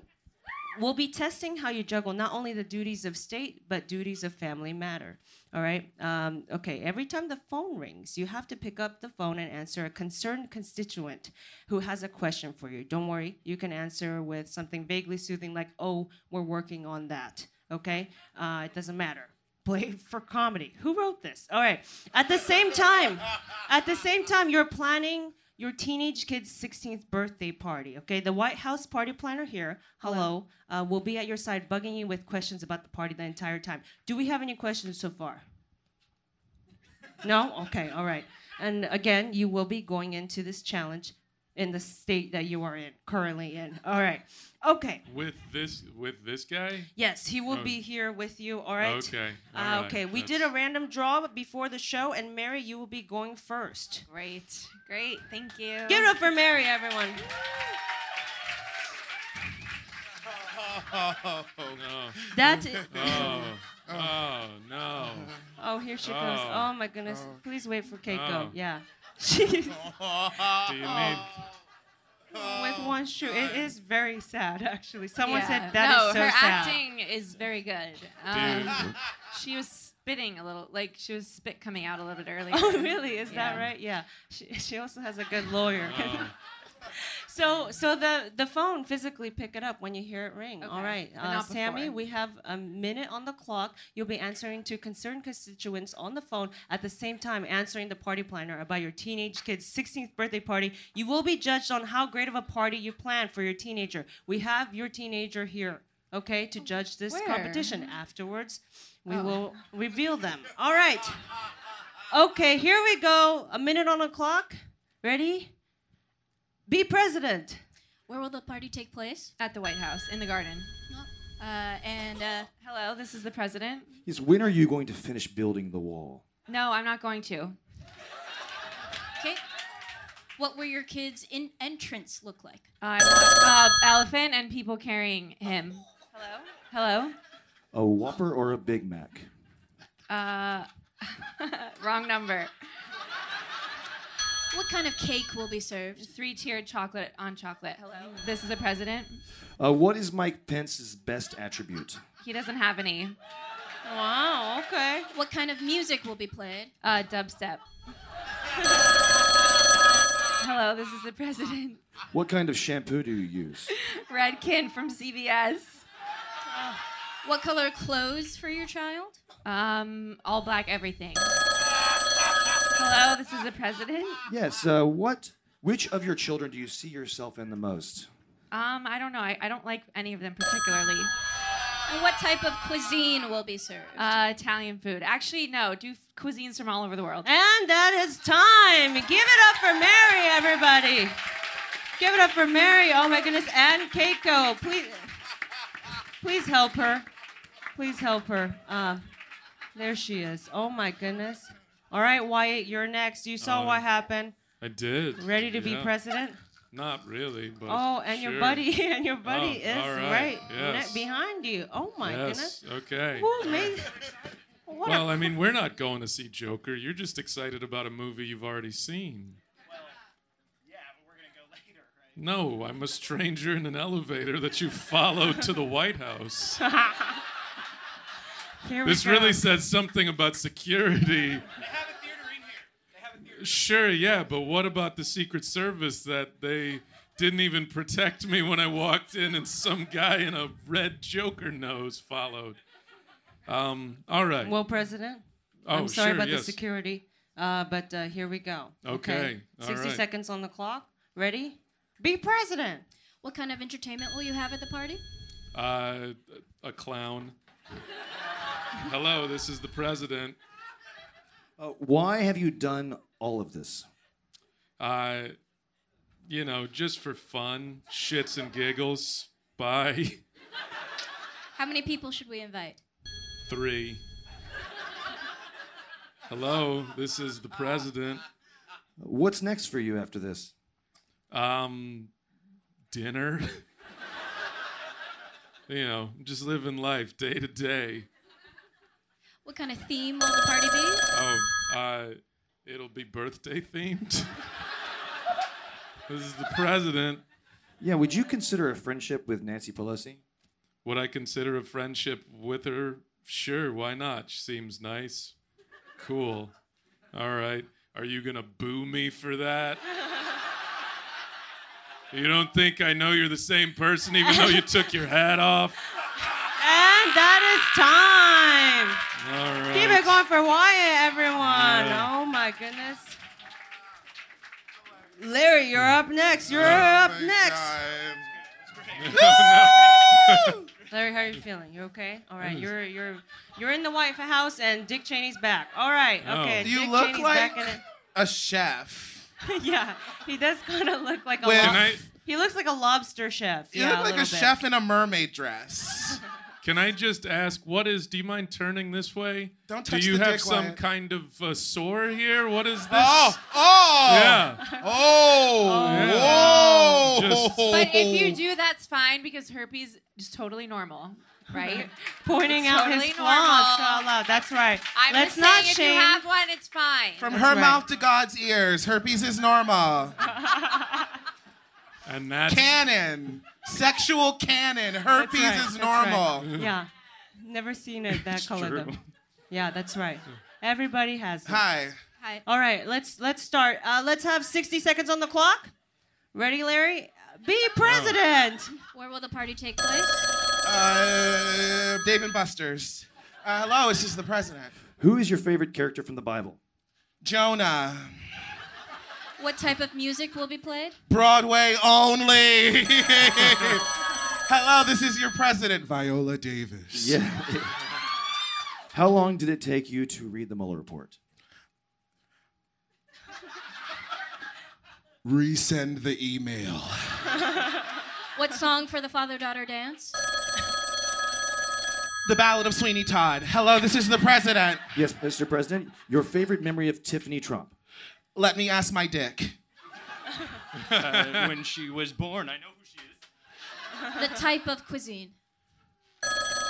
[SPEAKER 3] We'll be testing how you juggle not only the duties of state, but duties of family matter. All right. Um, okay. Every time the phone rings, you have to pick up the phone and answer a concerned constituent who has a question for you. Don't worry. You can answer with something vaguely soothing, like, oh, we're working on that. Okay. Uh, it doesn't matter. Play for comedy. Who wrote this? All right. At the same time, at the same time, you're planning your teenage kid's 16th birthday party. Okay, the White House party planner here, hello, uh, will be at your side bugging you with questions about the party the entire time. Do we have any questions so far? No? Okay, all right. And again, you will be going into this challenge in the state that you are in, currently in. All right. Okay.
[SPEAKER 4] With this, with this guy?
[SPEAKER 3] Yes, he will
[SPEAKER 4] Oh,
[SPEAKER 3] be here with you. All right.
[SPEAKER 4] Okay, all
[SPEAKER 3] Uh,
[SPEAKER 4] right,
[SPEAKER 3] Okay. We did a random draw before the show, and Mary, you will be going first. Great.
[SPEAKER 5] Great, thank you.
[SPEAKER 3] Give it up for Mary, everyone.
[SPEAKER 6] Oh,
[SPEAKER 4] no.
[SPEAKER 3] That i-
[SPEAKER 4] Oh, oh, no.
[SPEAKER 3] Oh, here she comes. Oh my goodness.
[SPEAKER 4] Oh.
[SPEAKER 3] Please wait for Keiko.
[SPEAKER 4] Oh.
[SPEAKER 3] Yeah. She's
[SPEAKER 4] Do you need?
[SPEAKER 3] with one shoe. It is very sad, actually. Someone
[SPEAKER 5] Yeah.
[SPEAKER 3] said that is
[SPEAKER 5] no,
[SPEAKER 3] so
[SPEAKER 5] her
[SPEAKER 3] sad.
[SPEAKER 5] acting is very good.
[SPEAKER 3] Dude.
[SPEAKER 5] Um, she was spitting a little, like she was spit coming out a little bit earlier.
[SPEAKER 3] Oh, really? Is that
[SPEAKER 5] Yeah.
[SPEAKER 3] right? Yeah. She, she also has a good lawyer. so so the, the phone physically pick it up when you hear it ring. All
[SPEAKER 5] Okay,
[SPEAKER 3] right. Uh,
[SPEAKER 5] but not
[SPEAKER 3] Sammy,
[SPEAKER 5] before.
[SPEAKER 3] we have a minute on the clock. You'll be answering to concerned constituents on the phone at the same time answering the party planner about your teenage kid's 16th birthday party. You will be judged on how great of a party you plan for your teenager. We have your teenager here. Okay, to judge this
[SPEAKER 5] Where?
[SPEAKER 3] competition. Afterwards, we
[SPEAKER 5] Oh.
[SPEAKER 3] will reveal them. All right. Okay, here we go. A minute on the clock. Ready? Be president.
[SPEAKER 9] Where will the party take place?
[SPEAKER 5] At the White House in the garden.
[SPEAKER 9] Uh, and uh,
[SPEAKER 5] Hello, this is the president.
[SPEAKER 10] Yes, when are you going to finish building the wall?
[SPEAKER 5] No, I'm not going to.
[SPEAKER 9] okay, what will your kids' in- entrance look like?
[SPEAKER 5] I want uh, elephant and people carrying him. Hello.
[SPEAKER 10] A Whopper or a Big Mac?
[SPEAKER 5] Hello. Uh, wrong number.
[SPEAKER 9] What kind of cake will be served?
[SPEAKER 5] Three-tiered chocolate on chocolate. Hello. This is the president.
[SPEAKER 10] Uh, what is Mike Pence's best attribute?
[SPEAKER 5] He doesn't have any.
[SPEAKER 3] Wow. Okay.
[SPEAKER 9] What kind of music will be played?
[SPEAKER 5] Uh, dubstep. Hello, this is the president.
[SPEAKER 10] What kind of shampoo do you use?
[SPEAKER 5] Redkin from CVS.
[SPEAKER 9] Uh, What color clothes for your child?
[SPEAKER 5] Um, all black everything. Hello, this is the president.
[SPEAKER 10] Yes, uh, what? Which of your children do you see yourself in the most?
[SPEAKER 5] Um, I don't know. I, I don't like any of them particularly.
[SPEAKER 9] And what type of cuisine will be served?
[SPEAKER 5] Uh, Italian food. Actually, no. Do f- cuisines from all over the world.
[SPEAKER 3] And that is time. Give it up for Mary, everybody. Give it up for Mary. Oh my goodness. And Keiko. Please, please help her. Please help her. Uh, there she is. Oh my goodness. All right, Wyatt, you're next. You saw
[SPEAKER 4] Um,
[SPEAKER 3] what happened.
[SPEAKER 4] I did.
[SPEAKER 3] Ready to be
[SPEAKER 4] yeah.
[SPEAKER 3] president?
[SPEAKER 4] Not really, but.
[SPEAKER 3] Oh, and your
[SPEAKER 4] sure.
[SPEAKER 3] buddy and your buddy
[SPEAKER 4] Oh,
[SPEAKER 3] is
[SPEAKER 4] all right.
[SPEAKER 3] right,
[SPEAKER 4] Yes.
[SPEAKER 3] ne- behind you. Oh my
[SPEAKER 4] Yes,
[SPEAKER 3] goodness.
[SPEAKER 4] okay.
[SPEAKER 3] Woo, me. What
[SPEAKER 4] well,
[SPEAKER 3] a-
[SPEAKER 4] I mean, we're not going to see Joker. You're just excited about a movie you've already seen. No, I'm a stranger in an elevator that you followed to the White House.
[SPEAKER 3] Here we
[SPEAKER 4] This
[SPEAKER 3] go.
[SPEAKER 4] really says something about security. Sure, yeah, but what about the Secret Service that they didn't even protect me when I walked in and some guy in a red Joker nose followed? Um, all right.
[SPEAKER 3] Well, President,
[SPEAKER 4] Oh,
[SPEAKER 3] I'm sorry
[SPEAKER 4] sure,
[SPEAKER 3] about
[SPEAKER 4] yes.
[SPEAKER 3] the security, uh, but uh, here we go.
[SPEAKER 4] Okay, all
[SPEAKER 3] 60
[SPEAKER 4] right.
[SPEAKER 3] seconds on the clock. Ready? Be president.
[SPEAKER 9] What kind of entertainment will you have at the party?
[SPEAKER 4] Uh, a clown. Hello, this is the president.
[SPEAKER 10] Uh, why have you done all of this?
[SPEAKER 4] Uh, you know, just for fun, shits and giggles. Bye.
[SPEAKER 9] How many people should we invite?
[SPEAKER 4] Three. Hello, this is the president.
[SPEAKER 10] What's next for you after this?
[SPEAKER 4] Um, dinner. you know, just living life day to day.
[SPEAKER 9] What kind of theme will the party be?
[SPEAKER 4] Oh, uh, it'll be birthday themed. this is the president.
[SPEAKER 10] Yeah, would you consider a friendship with Nancy Pelosi?
[SPEAKER 4] Would I consider a friendship with her? Sure, why not? She seems nice. Cool. All right. Are you going to boo me for that? You don't think I know you're the same person even though you took your hat off?
[SPEAKER 3] And that is time.
[SPEAKER 4] All right.
[SPEAKER 3] Keep it going for Wyatt, everyone.
[SPEAKER 4] Yeah.
[SPEAKER 3] Oh my goodness. Larry, you're up next. You're up next. Woo! Larry, how are you feeling? You okay? All right,
[SPEAKER 6] Yes.
[SPEAKER 3] you're you're you're in the White House and Dick Cheney's back. All right,
[SPEAKER 6] Oh.
[SPEAKER 3] okay.
[SPEAKER 6] You
[SPEAKER 3] Dick
[SPEAKER 6] look
[SPEAKER 3] Cheney's back in
[SPEAKER 6] like- A chef.
[SPEAKER 3] it. yeah, he does kind of look like a.
[SPEAKER 6] With-
[SPEAKER 3] lob-
[SPEAKER 6] Can I-
[SPEAKER 3] He looks like a lobster chef.
[SPEAKER 6] You
[SPEAKER 3] yeah,
[SPEAKER 6] look like a,
[SPEAKER 3] little bit.
[SPEAKER 6] chef in a mermaid dress.
[SPEAKER 4] Can I just ask, what is? Do you mind turning this way?
[SPEAKER 6] Don't
[SPEAKER 4] Do
[SPEAKER 6] touch
[SPEAKER 4] you
[SPEAKER 6] the
[SPEAKER 4] have
[SPEAKER 6] dick,
[SPEAKER 4] some
[SPEAKER 6] Wyatt.
[SPEAKER 4] kind of uh, sore here? What is this?
[SPEAKER 6] Oh, oh,
[SPEAKER 4] Yeah.
[SPEAKER 6] oh,
[SPEAKER 4] Yeah.
[SPEAKER 6] whoa.
[SPEAKER 4] Just-
[SPEAKER 5] But if you do, that's fine because herpes is tototally normal, right?
[SPEAKER 3] pointing
[SPEAKER 5] It's
[SPEAKER 3] out
[SPEAKER 5] totally
[SPEAKER 3] his
[SPEAKER 5] normal.
[SPEAKER 3] flaws out loud. That's right.
[SPEAKER 5] I'm
[SPEAKER 3] Let's
[SPEAKER 5] just
[SPEAKER 3] not
[SPEAKER 5] saying,
[SPEAKER 3] shame.
[SPEAKER 5] if you have one, it's fine.
[SPEAKER 6] From her mouth to God's ears, herpes is normal.
[SPEAKER 4] and that
[SPEAKER 6] canon, sexual canon,
[SPEAKER 3] That's
[SPEAKER 6] herpes
[SPEAKER 3] right,
[SPEAKER 6] is
[SPEAKER 3] that's right.
[SPEAKER 6] normal.
[SPEAKER 3] Yeah, never seen it that color
[SPEAKER 6] true.
[SPEAKER 3] though. Yeah, that's right. Everybody has. It.
[SPEAKER 6] Hi.
[SPEAKER 5] Hi.
[SPEAKER 3] All right, let's let's start. Uh, let's have 60 seconds on the clock. Ready, Larry? Be president.
[SPEAKER 9] Where will the party take place?
[SPEAKER 6] Uh, Dave and Buster's. Uh, hello, this is the president.
[SPEAKER 10] Who is your favorite character from the Bible?
[SPEAKER 6] Jonah.
[SPEAKER 9] What type of music will be played?
[SPEAKER 6] Broadway only. hello, this is your president, Viola Davis.
[SPEAKER 10] Yeah. How long did it take you to read the Mueller report?
[SPEAKER 6] Resend the email.
[SPEAKER 9] What song for the father daughter dance?
[SPEAKER 6] The Ballad of Sweeney Todd. Hello, this is the president.
[SPEAKER 10] Yes, Mr. President, your favorite memory of Tiffany Trump.
[SPEAKER 6] Let me ask my dick.
[SPEAKER 8] Uh, when she was born, I know who she is.
[SPEAKER 9] The type of cuisine.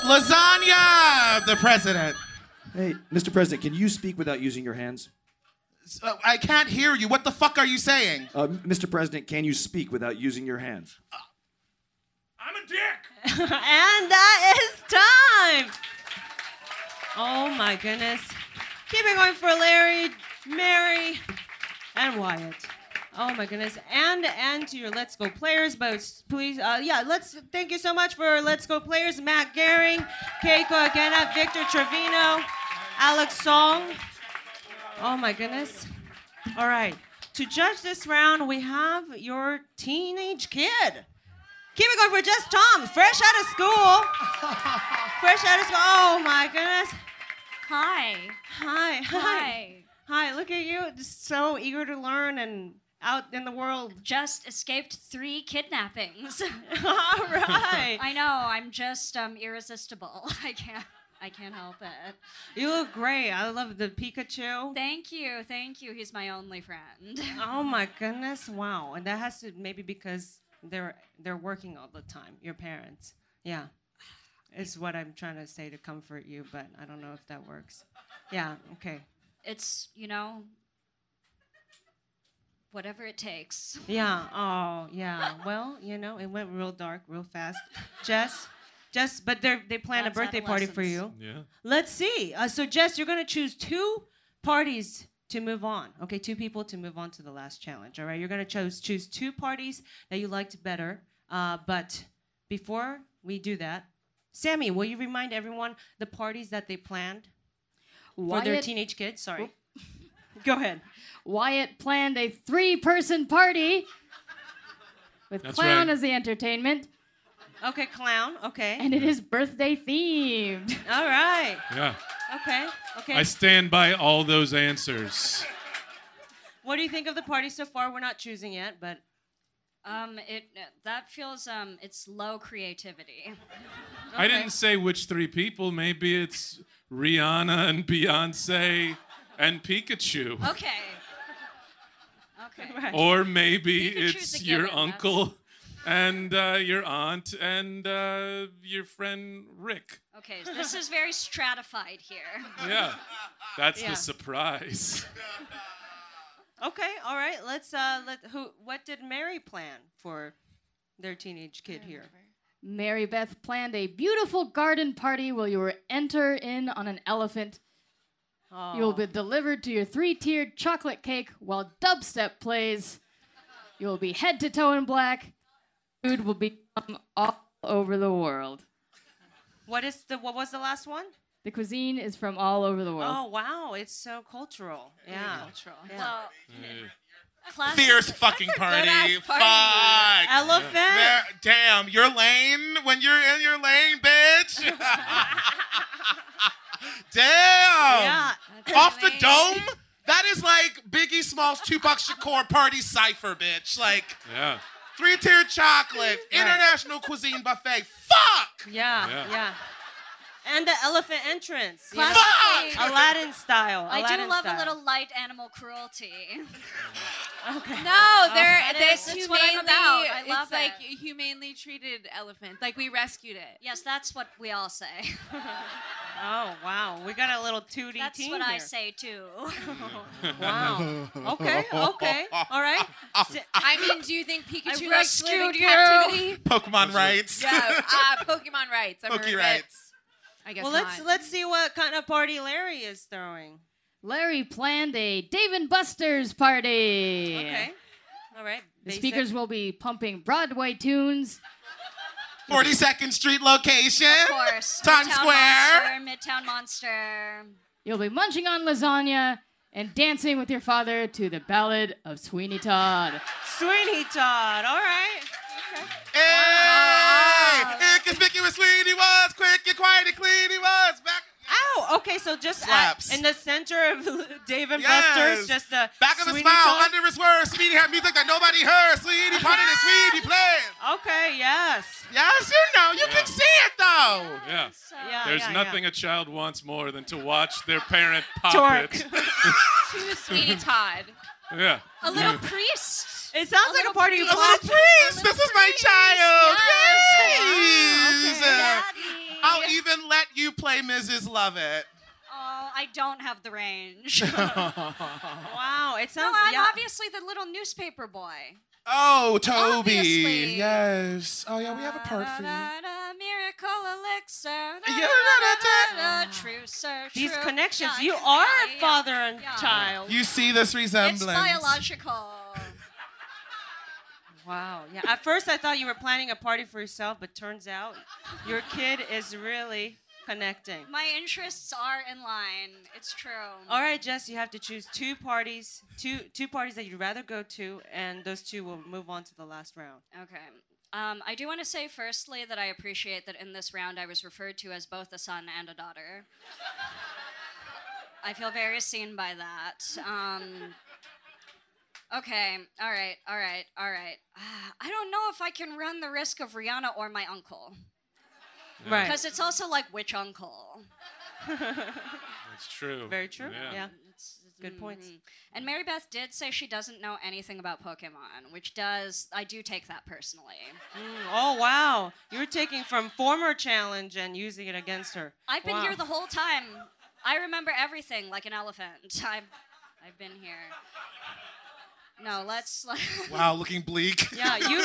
[SPEAKER 6] Lasagna, the president.
[SPEAKER 10] Hey, Mr. President, can you speak without using your hands?
[SPEAKER 6] So, uh, I can't hear you. What the fuck are you saying?
[SPEAKER 10] Uh, Mr. President, can you speak without using your hands?
[SPEAKER 3] and that is time. Oh my goodness. Keep it going for Larry, Mary, and Wyatt. Oh my goodness. And and to your Let's Go players, but please, uh, yeah, let's thank you so much for Let's Go players Matt Gehring, Keiko Agena, Victor Trevino, Alex Song. Oh my goodness. All right. To judge this round, we have your teenage kid. Keep it going for just Tom, fresh out of school. Fresh out of school. Oh my goodness.
[SPEAKER 9] Hi.
[SPEAKER 3] Hi.
[SPEAKER 9] Hi.
[SPEAKER 3] Hi. Look at you. Just so eager to learn and out in the world.
[SPEAKER 9] Just escaped three kidnappings.
[SPEAKER 3] All right.
[SPEAKER 9] I know. I'm just um, irresistible. I can't. I can't help it.
[SPEAKER 3] You look great. I love the Pikachu.
[SPEAKER 9] Thank you. Thank you. He's my only friend.
[SPEAKER 3] Oh my goodness. Wow. And that has to maybe because they're they're working all the time, your parents. Yeah. It's what I'm trying to say to comfort you, but I don't know if that works. Yeah, okay.
[SPEAKER 9] It's you know. Whatever it takes.
[SPEAKER 3] Yeah. Oh, yeah. Well, you know, it went real dark, real fast. Jess, Jess, but they they plan a
[SPEAKER 9] That's
[SPEAKER 3] birthday party for you.
[SPEAKER 4] Yeah.
[SPEAKER 3] Let's see. Uh, so Jess, you're gonna choose two parties to move on. Okay, two people to move on to the last challenge. All right, you're gonna choose choose two parties that you liked better. Uh, but before we do that, Sammy, will you remind everyone the parties that they planned for their
[SPEAKER 11] Wyatt-
[SPEAKER 3] teenage kids? Sorry. Go ahead.
[SPEAKER 11] Wyatt planned a three person party with
[SPEAKER 3] That's
[SPEAKER 11] Clown
[SPEAKER 3] right.
[SPEAKER 11] as the entertainment,
[SPEAKER 3] Okay, clown. Okay.
[SPEAKER 11] and it is birthday themed.
[SPEAKER 3] All right.
[SPEAKER 4] Yeah.
[SPEAKER 3] Okay. Okay.
[SPEAKER 4] I stand by all those answers.
[SPEAKER 3] What do you think of the party so far? We're not choosing yet, but
[SPEAKER 9] Um, it that feels um, it's low creativity.
[SPEAKER 4] I didn't say which three people. Maybe it's Rihanna and Beyonce and Pikachu.
[SPEAKER 9] Okay. Okay.
[SPEAKER 4] Or maybe
[SPEAKER 9] Pikachu's a
[SPEAKER 4] it's your
[SPEAKER 9] given, that's-
[SPEAKER 4] uncle and uh, your aunt and uh, your friend Rick.
[SPEAKER 9] Okay, so this is very stratified here.
[SPEAKER 4] Yeah. That's
[SPEAKER 3] Yeah.
[SPEAKER 4] the surprise.
[SPEAKER 3] okay, all right. Let's uh let who what did Mary plan for their teenage kid here?
[SPEAKER 11] Mary Beth planned a beautiful garden party where you will enter in on an elephant. You will be delivered to your three tiered chocolate cake while dubstep plays. You will be head to toe in black. Food will be all over the world.
[SPEAKER 3] What is the what was the last one?
[SPEAKER 11] The cuisine is from all over the world.
[SPEAKER 3] Oh wow, it's so cultural. Yeah. Cultural.
[SPEAKER 5] Well,
[SPEAKER 12] Fierce fucking party. Fuck.
[SPEAKER 3] Elephant.
[SPEAKER 12] There- damn, your lane when you're in your lane, bitch. damn. Off the dome? That is like Biggie Smalls, Tupac Shakur party cipher, bitch. Like
[SPEAKER 4] Yeah.
[SPEAKER 12] three tier chocolate, international cuisine buffet. Fuck.
[SPEAKER 3] Yeah,
[SPEAKER 12] Yeah.
[SPEAKER 3] yeah. And the elephant entrance. you know?
[SPEAKER 9] Classically- Fuck!
[SPEAKER 3] Aladdin style.
[SPEAKER 9] I
[SPEAKER 3] Aladdin
[SPEAKER 9] do love
[SPEAKER 3] style.
[SPEAKER 9] a little light animal cruelty.
[SPEAKER 3] Okay. Oh.
[SPEAKER 5] No, they're
[SPEAKER 9] And it
[SPEAKER 5] they're
[SPEAKER 9] is- that's what I'm
[SPEAKER 5] humanely.
[SPEAKER 9] about. I love
[SPEAKER 5] it's like
[SPEAKER 9] it.
[SPEAKER 5] a humanely treated elephant. Like we rescued it.
[SPEAKER 9] Yes, that's what we all say.
[SPEAKER 3] Oh wow, we got a little 2D
[SPEAKER 9] that's
[SPEAKER 3] team
[SPEAKER 9] what I
[SPEAKER 3] here.
[SPEAKER 9] say too.
[SPEAKER 3] Wow. Okay. Okay. All right.
[SPEAKER 5] I mean, do you think Pikachu likes to live in
[SPEAKER 9] rescued you.
[SPEAKER 5] captivity?
[SPEAKER 12] Pokemon rights.
[SPEAKER 5] Yeah, uh, Pokemon rights. I've
[SPEAKER 12] Pokey
[SPEAKER 5] heard
[SPEAKER 12] rights.
[SPEAKER 5] It. I guess
[SPEAKER 3] well, let's
[SPEAKER 5] not.
[SPEAKER 3] let's see what kind of party Larry is throwing.
[SPEAKER 11] Larry planned a Dave and Buster's party.
[SPEAKER 3] Okay. All right.
[SPEAKER 11] The
[SPEAKER 3] basic.
[SPEAKER 11] speakers will be pumping Broadway tunes.
[SPEAKER 12] 42nd Street location.
[SPEAKER 9] Of course.
[SPEAKER 12] Times
[SPEAKER 9] Midtown
[SPEAKER 12] Square.
[SPEAKER 9] Monster, Midtown Monster.
[SPEAKER 11] You'll be munching on lasagna and dancing with your father to the ballad of Sweeney Todd.
[SPEAKER 3] Sweeney Todd. All right.
[SPEAKER 12] Hey!
[SPEAKER 3] Ah!
[SPEAKER 12] Inconspicuously, he was quick and quiet and clean. He was back.
[SPEAKER 3] Ow. Okay. So just at-
[SPEAKER 12] Slaps.
[SPEAKER 3] in the center of Dave and
[SPEAKER 12] Yes.
[SPEAKER 3] Buster's, just the
[SPEAKER 12] Back of his
[SPEAKER 3] Sweeney
[SPEAKER 12] smile,
[SPEAKER 3] Todd.
[SPEAKER 12] under his words, Speedy had music that nobody heard. Sweetie, part of the Sweetie playing.
[SPEAKER 3] Okay, yes.
[SPEAKER 12] Yes, you know, you can see it though.
[SPEAKER 4] Yeah.
[SPEAKER 3] Yeah,
[SPEAKER 4] There's
[SPEAKER 3] yeah,
[SPEAKER 4] nothing a child wants more than to watch their parent pop
[SPEAKER 3] Dork.
[SPEAKER 4] it.
[SPEAKER 5] To the Sweetie Todd.
[SPEAKER 4] Yeah.
[SPEAKER 9] A little priest.
[SPEAKER 3] It sounds like a party
[SPEAKER 9] priest.
[SPEAKER 3] of
[SPEAKER 9] A little
[SPEAKER 12] Please, this is my child.
[SPEAKER 9] Yes.
[SPEAKER 12] Please.
[SPEAKER 9] Wow,
[SPEAKER 12] I'll even let you play Mrs. Lovett.
[SPEAKER 9] Oh, I don't have the range.
[SPEAKER 3] Wow. It
[SPEAKER 9] No,
[SPEAKER 3] sounds.
[SPEAKER 9] I'm
[SPEAKER 3] yeah.
[SPEAKER 9] obviously the little newspaper boy.
[SPEAKER 12] oh, Toby.
[SPEAKER 9] Obviously.
[SPEAKER 12] Yes. Oh, yeah, we have a part for you.
[SPEAKER 9] Da-da, miracle elixir.
[SPEAKER 12] Yeah,
[SPEAKER 9] da-da-da-da, True, sir.
[SPEAKER 3] These
[SPEAKER 9] true.
[SPEAKER 3] connections.
[SPEAKER 9] Yeah,
[SPEAKER 3] you
[SPEAKER 9] I can-
[SPEAKER 3] are
[SPEAKER 9] yeah,
[SPEAKER 3] father and
[SPEAKER 9] yeah.
[SPEAKER 3] child.
[SPEAKER 12] You see this resemblance.
[SPEAKER 9] It's biological.
[SPEAKER 3] Wow. Yeah. At first, I thought you were planning a party for yourself, but turns out your kid is really connecting.
[SPEAKER 9] My interests are in line. It's true.
[SPEAKER 3] All right, Jess, you have to choose two parties, two two parties that you'd rather go to, and those two will move on to the last round.
[SPEAKER 9] Okay. Um, I do want to say firstly that I appreciate that in this round I was referred to as both a son and a daughter. I feel very seen by that. Um, okay. All right. All right. All right. Ah, I don't know if I can run the risk of Rihanna or my uncle.
[SPEAKER 3] Right.
[SPEAKER 9] Because it's also like which uncle.
[SPEAKER 4] That's true.
[SPEAKER 3] Very true. Yeah. Good
[SPEAKER 9] Mm,
[SPEAKER 3] points.
[SPEAKER 9] mm. And Mary Beth did say she doesn't know anything about Pokemon, which does I do take that personally.
[SPEAKER 3] Mm, oh wow, you're taking from former challenge and using it against her.
[SPEAKER 9] I've been
[SPEAKER 3] Wow.
[SPEAKER 9] here the whole time. I remember everything like an elephant. I've, I've been here. No, let's.
[SPEAKER 12] Wow, looking bleak.
[SPEAKER 3] Yeah, you.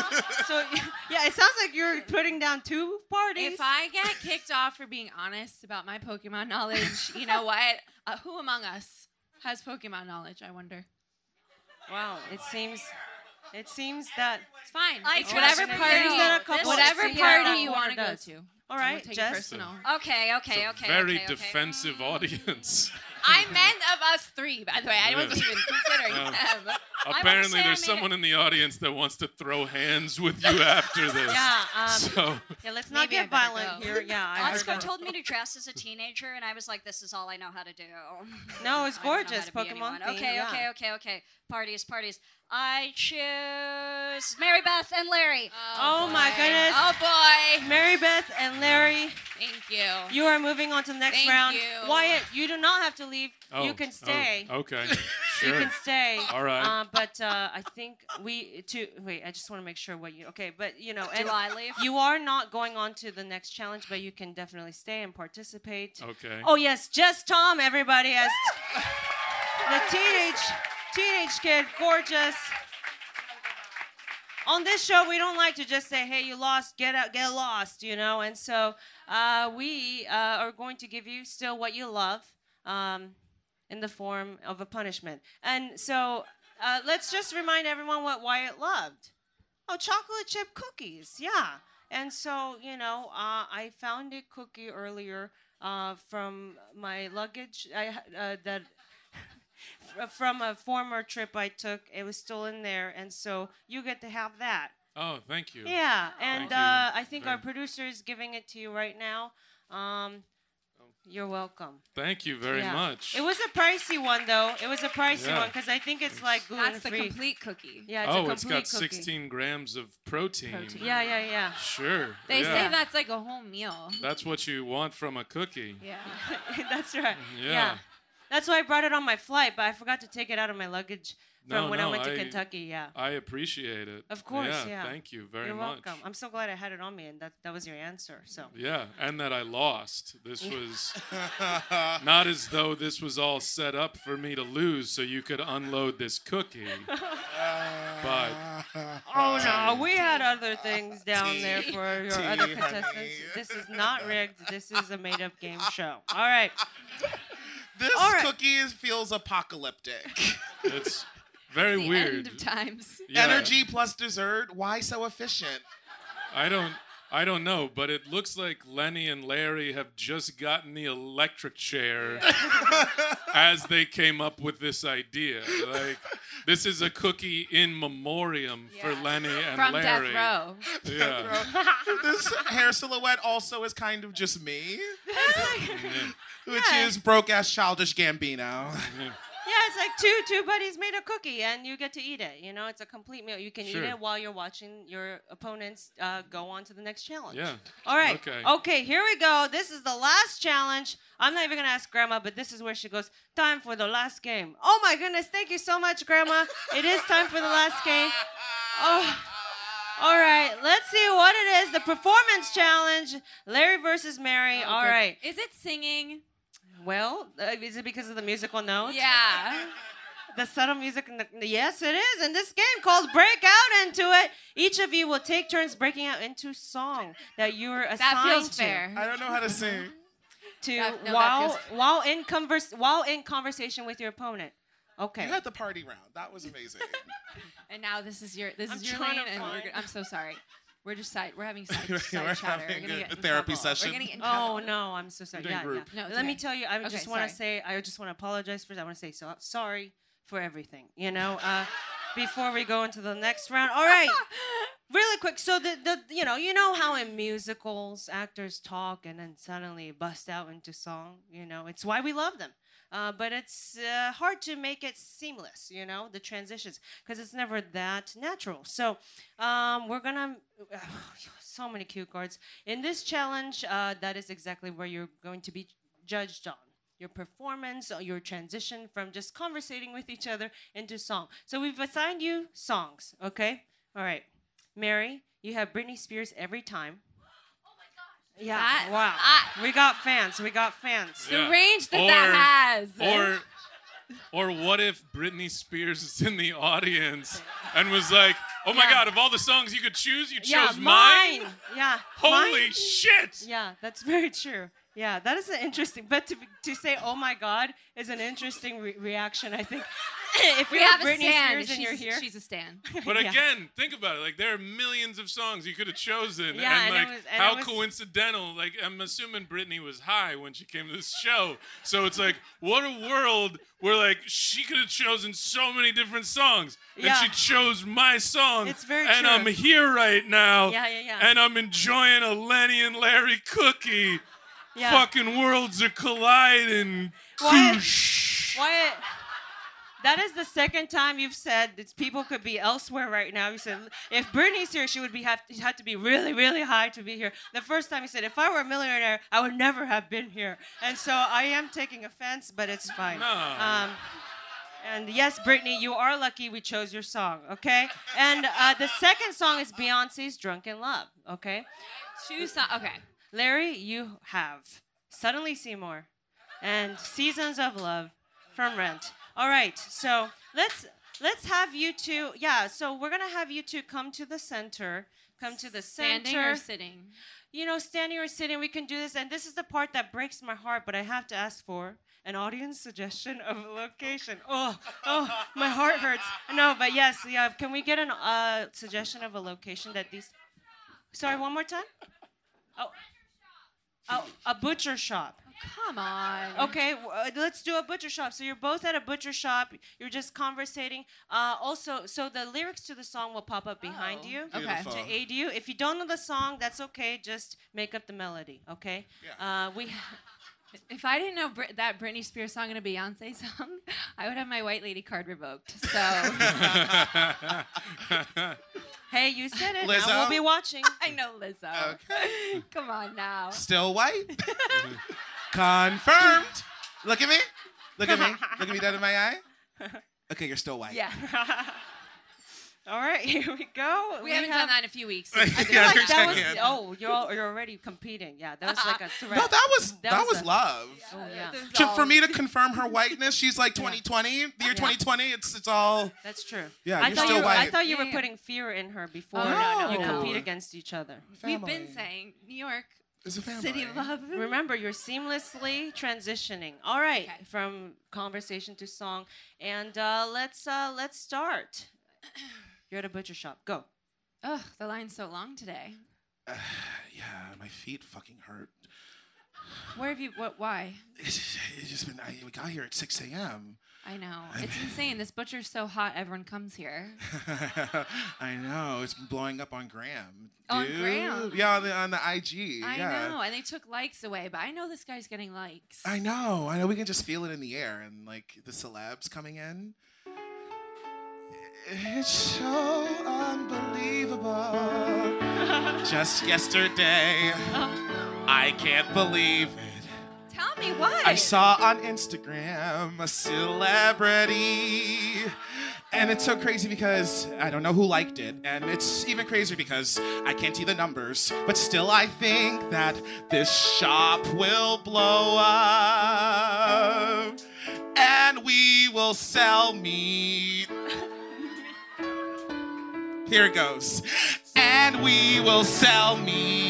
[SPEAKER 3] so yeah, it sounds like you're putting down two parties.
[SPEAKER 5] If I get kicked off for being honest about my Pokemon knowledge, you know what? Uh, who among us has Pokemon knowledge? I wonder.
[SPEAKER 3] Wow, it seems, it seems that
[SPEAKER 5] It's fine.
[SPEAKER 9] I
[SPEAKER 5] it's
[SPEAKER 9] trust
[SPEAKER 5] whatever
[SPEAKER 9] you.
[SPEAKER 5] party,
[SPEAKER 9] Is that a couple-
[SPEAKER 5] whatever
[SPEAKER 9] Yeah.
[SPEAKER 5] party you
[SPEAKER 9] Water
[SPEAKER 5] want to go
[SPEAKER 9] does.
[SPEAKER 5] to.
[SPEAKER 3] All
[SPEAKER 5] I won't
[SPEAKER 3] right,
[SPEAKER 5] take it
[SPEAKER 3] Jess.
[SPEAKER 5] personal.
[SPEAKER 9] Okay, okay, okay.
[SPEAKER 4] Very
[SPEAKER 9] okay, okay.
[SPEAKER 4] defensive
[SPEAKER 3] Mm.
[SPEAKER 4] audience.
[SPEAKER 5] I meant of us three, by the way. I wasn't
[SPEAKER 4] Yeah.
[SPEAKER 5] even considering
[SPEAKER 4] Yeah.
[SPEAKER 5] them.
[SPEAKER 4] Apparently,
[SPEAKER 9] say I
[SPEAKER 4] there's
[SPEAKER 9] made
[SPEAKER 4] someone in the audience that wants to throw hands with you after this.
[SPEAKER 3] Yeah, um,
[SPEAKER 4] so
[SPEAKER 3] yeah, let's not
[SPEAKER 5] Maybe I
[SPEAKER 3] get
[SPEAKER 5] better
[SPEAKER 3] violent
[SPEAKER 5] go.
[SPEAKER 3] here. Yeah, I heard
[SPEAKER 9] Oscar
[SPEAKER 3] that.
[SPEAKER 9] told me to dress as a teenager, and I was like, "This is all I know how to do."
[SPEAKER 3] No, it's
[SPEAKER 9] I don't know how
[SPEAKER 3] gorgeous.
[SPEAKER 9] to be
[SPEAKER 3] Pokemon
[SPEAKER 9] anyone.
[SPEAKER 3] theme,
[SPEAKER 9] Okay,
[SPEAKER 3] yeah.
[SPEAKER 9] okay, okay, okay. Parties, parties. I choose Mary Beth and Larry.
[SPEAKER 3] Oh, my
[SPEAKER 5] boy.
[SPEAKER 3] goodness.
[SPEAKER 5] Oh boy.
[SPEAKER 3] Mary Beth and Larry.
[SPEAKER 5] Thank
[SPEAKER 9] Oh.
[SPEAKER 5] you.
[SPEAKER 3] You are moving on to the next
[SPEAKER 5] Thank
[SPEAKER 3] round.
[SPEAKER 5] you.
[SPEAKER 3] Wyatt, you do not have to leave.
[SPEAKER 4] oh,
[SPEAKER 3] you can
[SPEAKER 4] oh,
[SPEAKER 3] stay.
[SPEAKER 4] okay.
[SPEAKER 3] You
[SPEAKER 4] Sure.
[SPEAKER 3] can stay.
[SPEAKER 4] All right.
[SPEAKER 3] Uh, but uh, I think we to wait. I just want to make sure what you okay. But you know, and
[SPEAKER 9] Do I leave?
[SPEAKER 3] you are not going on to the next challenge, but you can definitely stay and participate.
[SPEAKER 4] Okay.
[SPEAKER 3] Oh yes, Jess Tom, everybody as the teenage teenage kid, gorgeous. on this show, we don't like to just say, "Hey, you lost. Get out. Get lost." You know. And so uh, we uh, are going to give you still what you love um, in the form of a punishment. And so uh, let's just remind everyone what Wyatt loved. Oh, chocolate chip cookies. Yeah. And so you know, uh, I found a cookie earlier uh, from my luggage I, ha- uh, that f- from a former trip I took. It was still in there, and so you get to have that.
[SPEAKER 4] Oh, thank you.
[SPEAKER 3] Yeah,
[SPEAKER 4] Thank
[SPEAKER 3] and
[SPEAKER 4] you
[SPEAKER 3] uh, I think our
[SPEAKER 4] very-
[SPEAKER 3] producer is giving it to you right now. Um, you're welcome.
[SPEAKER 4] Thank you very
[SPEAKER 3] Yeah.
[SPEAKER 4] much.
[SPEAKER 3] It was a pricey one though. It was a pricey
[SPEAKER 4] Yeah.
[SPEAKER 3] one because I think it's like gluten
[SPEAKER 5] That's the
[SPEAKER 3] free.
[SPEAKER 5] complete cookie.
[SPEAKER 3] Yeah, it's a
[SPEAKER 4] oh,
[SPEAKER 3] complete
[SPEAKER 4] it's got
[SPEAKER 3] cookie.
[SPEAKER 4] 16 grams of protein.
[SPEAKER 5] Protein.
[SPEAKER 3] Yeah, yeah, yeah.
[SPEAKER 4] Sure.
[SPEAKER 5] They
[SPEAKER 4] yeah.
[SPEAKER 5] say that's like a whole meal.
[SPEAKER 4] That's what you want from a cookie.
[SPEAKER 5] Yeah.
[SPEAKER 3] That's right.
[SPEAKER 4] Mm-hmm. Yeah.
[SPEAKER 3] That's why I brought it on my flight, but I forgot to take it out of my luggage from
[SPEAKER 4] No,
[SPEAKER 3] when I
[SPEAKER 4] no,
[SPEAKER 3] went to
[SPEAKER 4] I-
[SPEAKER 3] Kentucky. Yeah.
[SPEAKER 4] I appreciate it.
[SPEAKER 3] Of course, yeah.
[SPEAKER 4] Thank you very
[SPEAKER 3] You're
[SPEAKER 4] much.
[SPEAKER 3] welcome. I'm so glad I had it on me, and that, that was your answer. So.
[SPEAKER 4] Yeah, and that I lost. This was not as though this was all set up for me to lose so you could unload this cookie. But
[SPEAKER 3] Oh no, we had other things down there for your
[SPEAKER 4] Tea,
[SPEAKER 3] other
[SPEAKER 4] honey.
[SPEAKER 3] contestants. This is not rigged. This is a made-up game show. All right.
[SPEAKER 12] This cookie is, feels apocalyptic.
[SPEAKER 4] it's very weird.
[SPEAKER 5] times.
[SPEAKER 4] Yeah.
[SPEAKER 12] Energy plus dessert. Why so efficient?
[SPEAKER 4] I don't I don't know, but it looks like Lenny and Larry have just gotten the electric chair as they came up with this idea. Like this is a cookie in memoriam for Lenny and
[SPEAKER 5] From Death
[SPEAKER 4] Larry.
[SPEAKER 5] Row.
[SPEAKER 4] Yeah.
[SPEAKER 12] this hair silhouette also is kind of just me,
[SPEAKER 4] Yeah.
[SPEAKER 12] which is broke ass childish Gambino.
[SPEAKER 3] Yeah, it's like two two buddies made a cookie, and you get to eat it. You know, it's a complete meal. You can
[SPEAKER 4] Sure.
[SPEAKER 3] eat it while you're watching your opponents uh, go on to the next challenge.
[SPEAKER 4] Yeah.
[SPEAKER 3] All right.
[SPEAKER 4] Okay.
[SPEAKER 3] Okay, here we go. This is the last challenge. I'm not even going to ask Grandma, but this is where she goes, Time for the last game. Oh my goodness. Thank you so much, Grandma. it is time for the last game. Oh. All right. Let's see what it is. The performance challenge Larry versus
[SPEAKER 5] Oh,
[SPEAKER 3] Mary. All right.
[SPEAKER 5] Is it singing?
[SPEAKER 3] Well, uh, is it because of the musical note?
[SPEAKER 5] Yeah.
[SPEAKER 3] The subtle music. And the, yes, it is. And this game called Break Out Into It. Each of you will take turns breaking out into song that you're assigned
[SPEAKER 5] feels
[SPEAKER 3] to.
[SPEAKER 5] fair. I
[SPEAKER 12] don't know how to sing.
[SPEAKER 3] To
[SPEAKER 5] That- no, that
[SPEAKER 3] while
[SPEAKER 5] feels-
[SPEAKER 3] while in converse while in conversation with your opponent. Okay.
[SPEAKER 12] You had the party round. That was amazing.
[SPEAKER 5] And now this is your this
[SPEAKER 3] I'm
[SPEAKER 5] is your
[SPEAKER 3] trying
[SPEAKER 5] lane,
[SPEAKER 3] to
[SPEAKER 5] and we're
[SPEAKER 3] find-
[SPEAKER 5] gonna, I'm so sorry. We're just side. We're having side, side
[SPEAKER 12] We're
[SPEAKER 5] chatter.
[SPEAKER 12] having
[SPEAKER 5] we're gonna
[SPEAKER 12] a
[SPEAKER 5] get in
[SPEAKER 12] therapy
[SPEAKER 5] trouble.
[SPEAKER 12] session.
[SPEAKER 5] We're gonna get in trouble.
[SPEAKER 3] Oh no, I'm so sorry.
[SPEAKER 12] Doing
[SPEAKER 3] Yeah,
[SPEAKER 12] group.
[SPEAKER 3] yeah.
[SPEAKER 5] No, it's
[SPEAKER 3] Let me
[SPEAKER 5] okay.
[SPEAKER 3] tell you, I
[SPEAKER 5] Okay,
[SPEAKER 3] just want
[SPEAKER 5] sorry.
[SPEAKER 3] to say, I just want to apologize first. I want to say so sorry for everything. You know, uh, before we go into the next round. All right, really quick. So the the you know you know how in musicals actors talk and then suddenly bust out into song. You know, it's why we love them. Uh, but it's uh, hard to make it seamless, you know, the transitions, because it's never that natural. So um, we're gonna so many cue cards in this challenge. Uh, that is exactly where you're going to be judged on your performance, or your transition from just conversating with each other into song. So we've assigned you songs. Okay, all right, Mary, you have Britney Spears every time. Oh Yeah.
[SPEAKER 5] That-
[SPEAKER 3] wow. we got fans. We got fans.
[SPEAKER 4] Yeah. Or, or what if Britney Spears is in the audience and was like, "Oh my
[SPEAKER 3] Yeah.
[SPEAKER 4] God! Of all the songs you could choose, you chose
[SPEAKER 3] yeah,
[SPEAKER 4] mine."
[SPEAKER 3] Yeah.
[SPEAKER 4] Holy
[SPEAKER 3] mine.
[SPEAKER 4] shit!
[SPEAKER 3] Yeah, that's very true. Yeah, that is an interesting. But to, to say "Oh my God" is an interesting re- reaction. I think if
[SPEAKER 5] we
[SPEAKER 3] you're
[SPEAKER 5] have a
[SPEAKER 3] Britney
[SPEAKER 5] stan.
[SPEAKER 3] Spears
[SPEAKER 5] she's,
[SPEAKER 3] and you're here,
[SPEAKER 5] she's a stan.
[SPEAKER 4] But
[SPEAKER 3] Yeah.
[SPEAKER 4] again, think about it. Like there are millions of songs you could have chosen,
[SPEAKER 5] Yeah, and
[SPEAKER 4] and
[SPEAKER 5] it
[SPEAKER 4] like
[SPEAKER 5] was- and
[SPEAKER 4] how
[SPEAKER 5] it was-
[SPEAKER 4] coincidental. Like I'm assuming Britney was high when she came to this show, so it's like what a world where like she could have chosen so many different songs,
[SPEAKER 3] Yeah.
[SPEAKER 4] and she chose my song.
[SPEAKER 3] It's very
[SPEAKER 4] And
[SPEAKER 3] true.
[SPEAKER 4] I'm here right now.
[SPEAKER 3] Yeah, yeah, yeah.
[SPEAKER 4] And I'm enjoying a Lenny and Larry cookie.
[SPEAKER 3] Yeah.
[SPEAKER 4] Fucking worlds are colliding.
[SPEAKER 3] Wyatt,
[SPEAKER 4] Koosh.
[SPEAKER 3] Wyatt, that is the second time you've said that people could be elsewhere right now. You said if Britney's here, she would be have had to be really, really high to be here. The first time you said, if I were a millionaire, I would never have been here. And so I am taking offense, but it's fine.
[SPEAKER 4] No.
[SPEAKER 3] Um, and yes, Brittany, you are lucky we chose your song, okay? And uh, the second song is Beyonce's Drunken Love, okay?
[SPEAKER 5] Choose song, okay.
[SPEAKER 3] Larry, you have Suddenly Seymour and Seasons of Love from Rent. All right, so let's Let's have you two. Yeah, so we're gonna have you two come to the center. Come to the center.
[SPEAKER 5] Standing or sitting?
[SPEAKER 3] You know, standing or sitting, we can do this. And this is the part that breaks my heart, but I have to ask for an audience suggestion of a location. Oh, oh, my heart hurts. No, but yes, yeah. Can we get an uh, suggestion of a location that these? Sorry, one more time. Oh, oh, a butcher shop.
[SPEAKER 5] Come on.
[SPEAKER 3] Okay, w- uh, let's do a butcher shop. So you're both at a butcher shop. You're just conversating. Uh, also, so the lyrics to the song will pop up behind you
[SPEAKER 5] Okay. Beautiful.
[SPEAKER 3] to aid you. If you don't know the song, that's okay. Just make up the melody. Okay. Uh, we.
[SPEAKER 5] If I didn't know Brit- that Britney Spears song and a Beyonce song, I would have my white lady card revoked. So,
[SPEAKER 3] hey, you said it. Now we'll
[SPEAKER 12] Lizzo?
[SPEAKER 3] be watching.
[SPEAKER 5] I know Lizzo. Come on now.
[SPEAKER 12] Still white? Confirmed. Look at me. Look at me. Look at me dead in my eye. Okay, you're still white.
[SPEAKER 3] Yeah. All right, here we go.
[SPEAKER 5] We haven't done that in a few weeks. I
[SPEAKER 3] I feel
[SPEAKER 12] Yeah, I
[SPEAKER 3] like
[SPEAKER 12] think
[SPEAKER 3] that
[SPEAKER 12] so,
[SPEAKER 3] was,
[SPEAKER 12] yeah.
[SPEAKER 3] oh, you're, al- you're already competing. Yeah, that was like a threat.
[SPEAKER 12] No, that was that, was,
[SPEAKER 3] a-
[SPEAKER 12] love.
[SPEAKER 3] Oh, yeah.
[SPEAKER 12] To- for me to confirm her whiteness, she's like 2020, the year 2020. It's it's all.
[SPEAKER 3] That's true.
[SPEAKER 12] Yeah,
[SPEAKER 3] I
[SPEAKER 12] you're
[SPEAKER 3] thought
[SPEAKER 12] still
[SPEAKER 3] you were, I
[SPEAKER 12] white. Oh,
[SPEAKER 3] thought you were putting fear in her before.
[SPEAKER 12] no,
[SPEAKER 3] You
[SPEAKER 12] no.
[SPEAKER 3] compete against each other.
[SPEAKER 5] We've been saying New York, city of love.
[SPEAKER 3] Remember, you're seamlessly transitioning. All right, from conversation to song, and uh, let's uh, let's start. You're at a butcher shop. Go.
[SPEAKER 5] Ugh, the line's so long today.
[SPEAKER 12] Yeah, my feet fucking hurt.
[SPEAKER 5] Where have you? What? Why?
[SPEAKER 12] It's just, it's just been. I we got here at 6 a.m.
[SPEAKER 5] I know. It's insane. This butcher's so hot. Everyone comes here.
[SPEAKER 12] I know it's been blowing up on Graham.
[SPEAKER 5] On
[SPEAKER 12] dude.
[SPEAKER 5] Graham?
[SPEAKER 12] Yeah, on the, on the IG.
[SPEAKER 5] I
[SPEAKER 12] yeah.
[SPEAKER 5] know. And they took likes away, but I know this guy's getting likes.
[SPEAKER 12] I know. I know. We can just feel it in the air, and like the celebs coming in. It's so unbelievable. Just yesterday,
[SPEAKER 3] Oh.
[SPEAKER 12] I can't believe it.
[SPEAKER 5] Tell me what.
[SPEAKER 12] I saw on Instagram a celebrity. And it's so crazy because I don't know who liked it. And it's even crazier because I can't see the numbers. But still, I think that this shop will blow up. And we will sell meat. Here it goes. And we will sell meat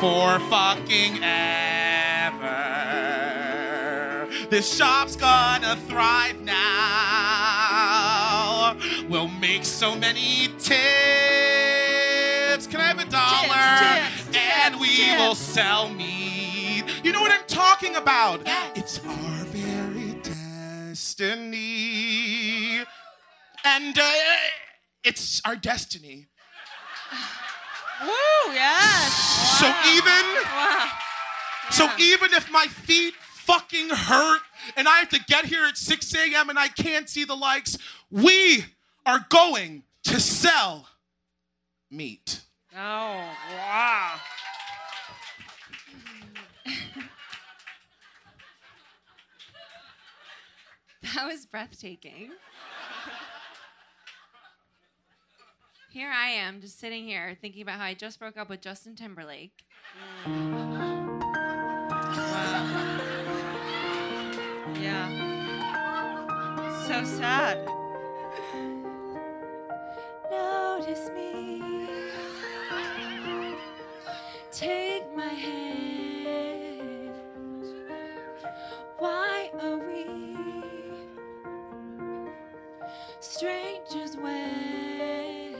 [SPEAKER 12] for fucking ever. This shop's gonna thrive now. We'll make so many tips. Can I have a dollar?
[SPEAKER 1] Tips, tips,
[SPEAKER 12] and we
[SPEAKER 1] tips.
[SPEAKER 12] will sell meat. You know what I'm talking about? It's our very destiny. And uh, it's our destiny.
[SPEAKER 3] Woo! Yes.
[SPEAKER 12] So even so even if my feet fucking hurt and I have to get here at 6 a.m. and I can't see the likes, we are going to sell meat.
[SPEAKER 3] Oh wow.
[SPEAKER 5] That was breathtaking. Here I am, just sitting here thinking about how I just broke up with Justin Timberlake.
[SPEAKER 3] Yeah. So sad.
[SPEAKER 5] Notice me. Take my hand. Why are we strangers when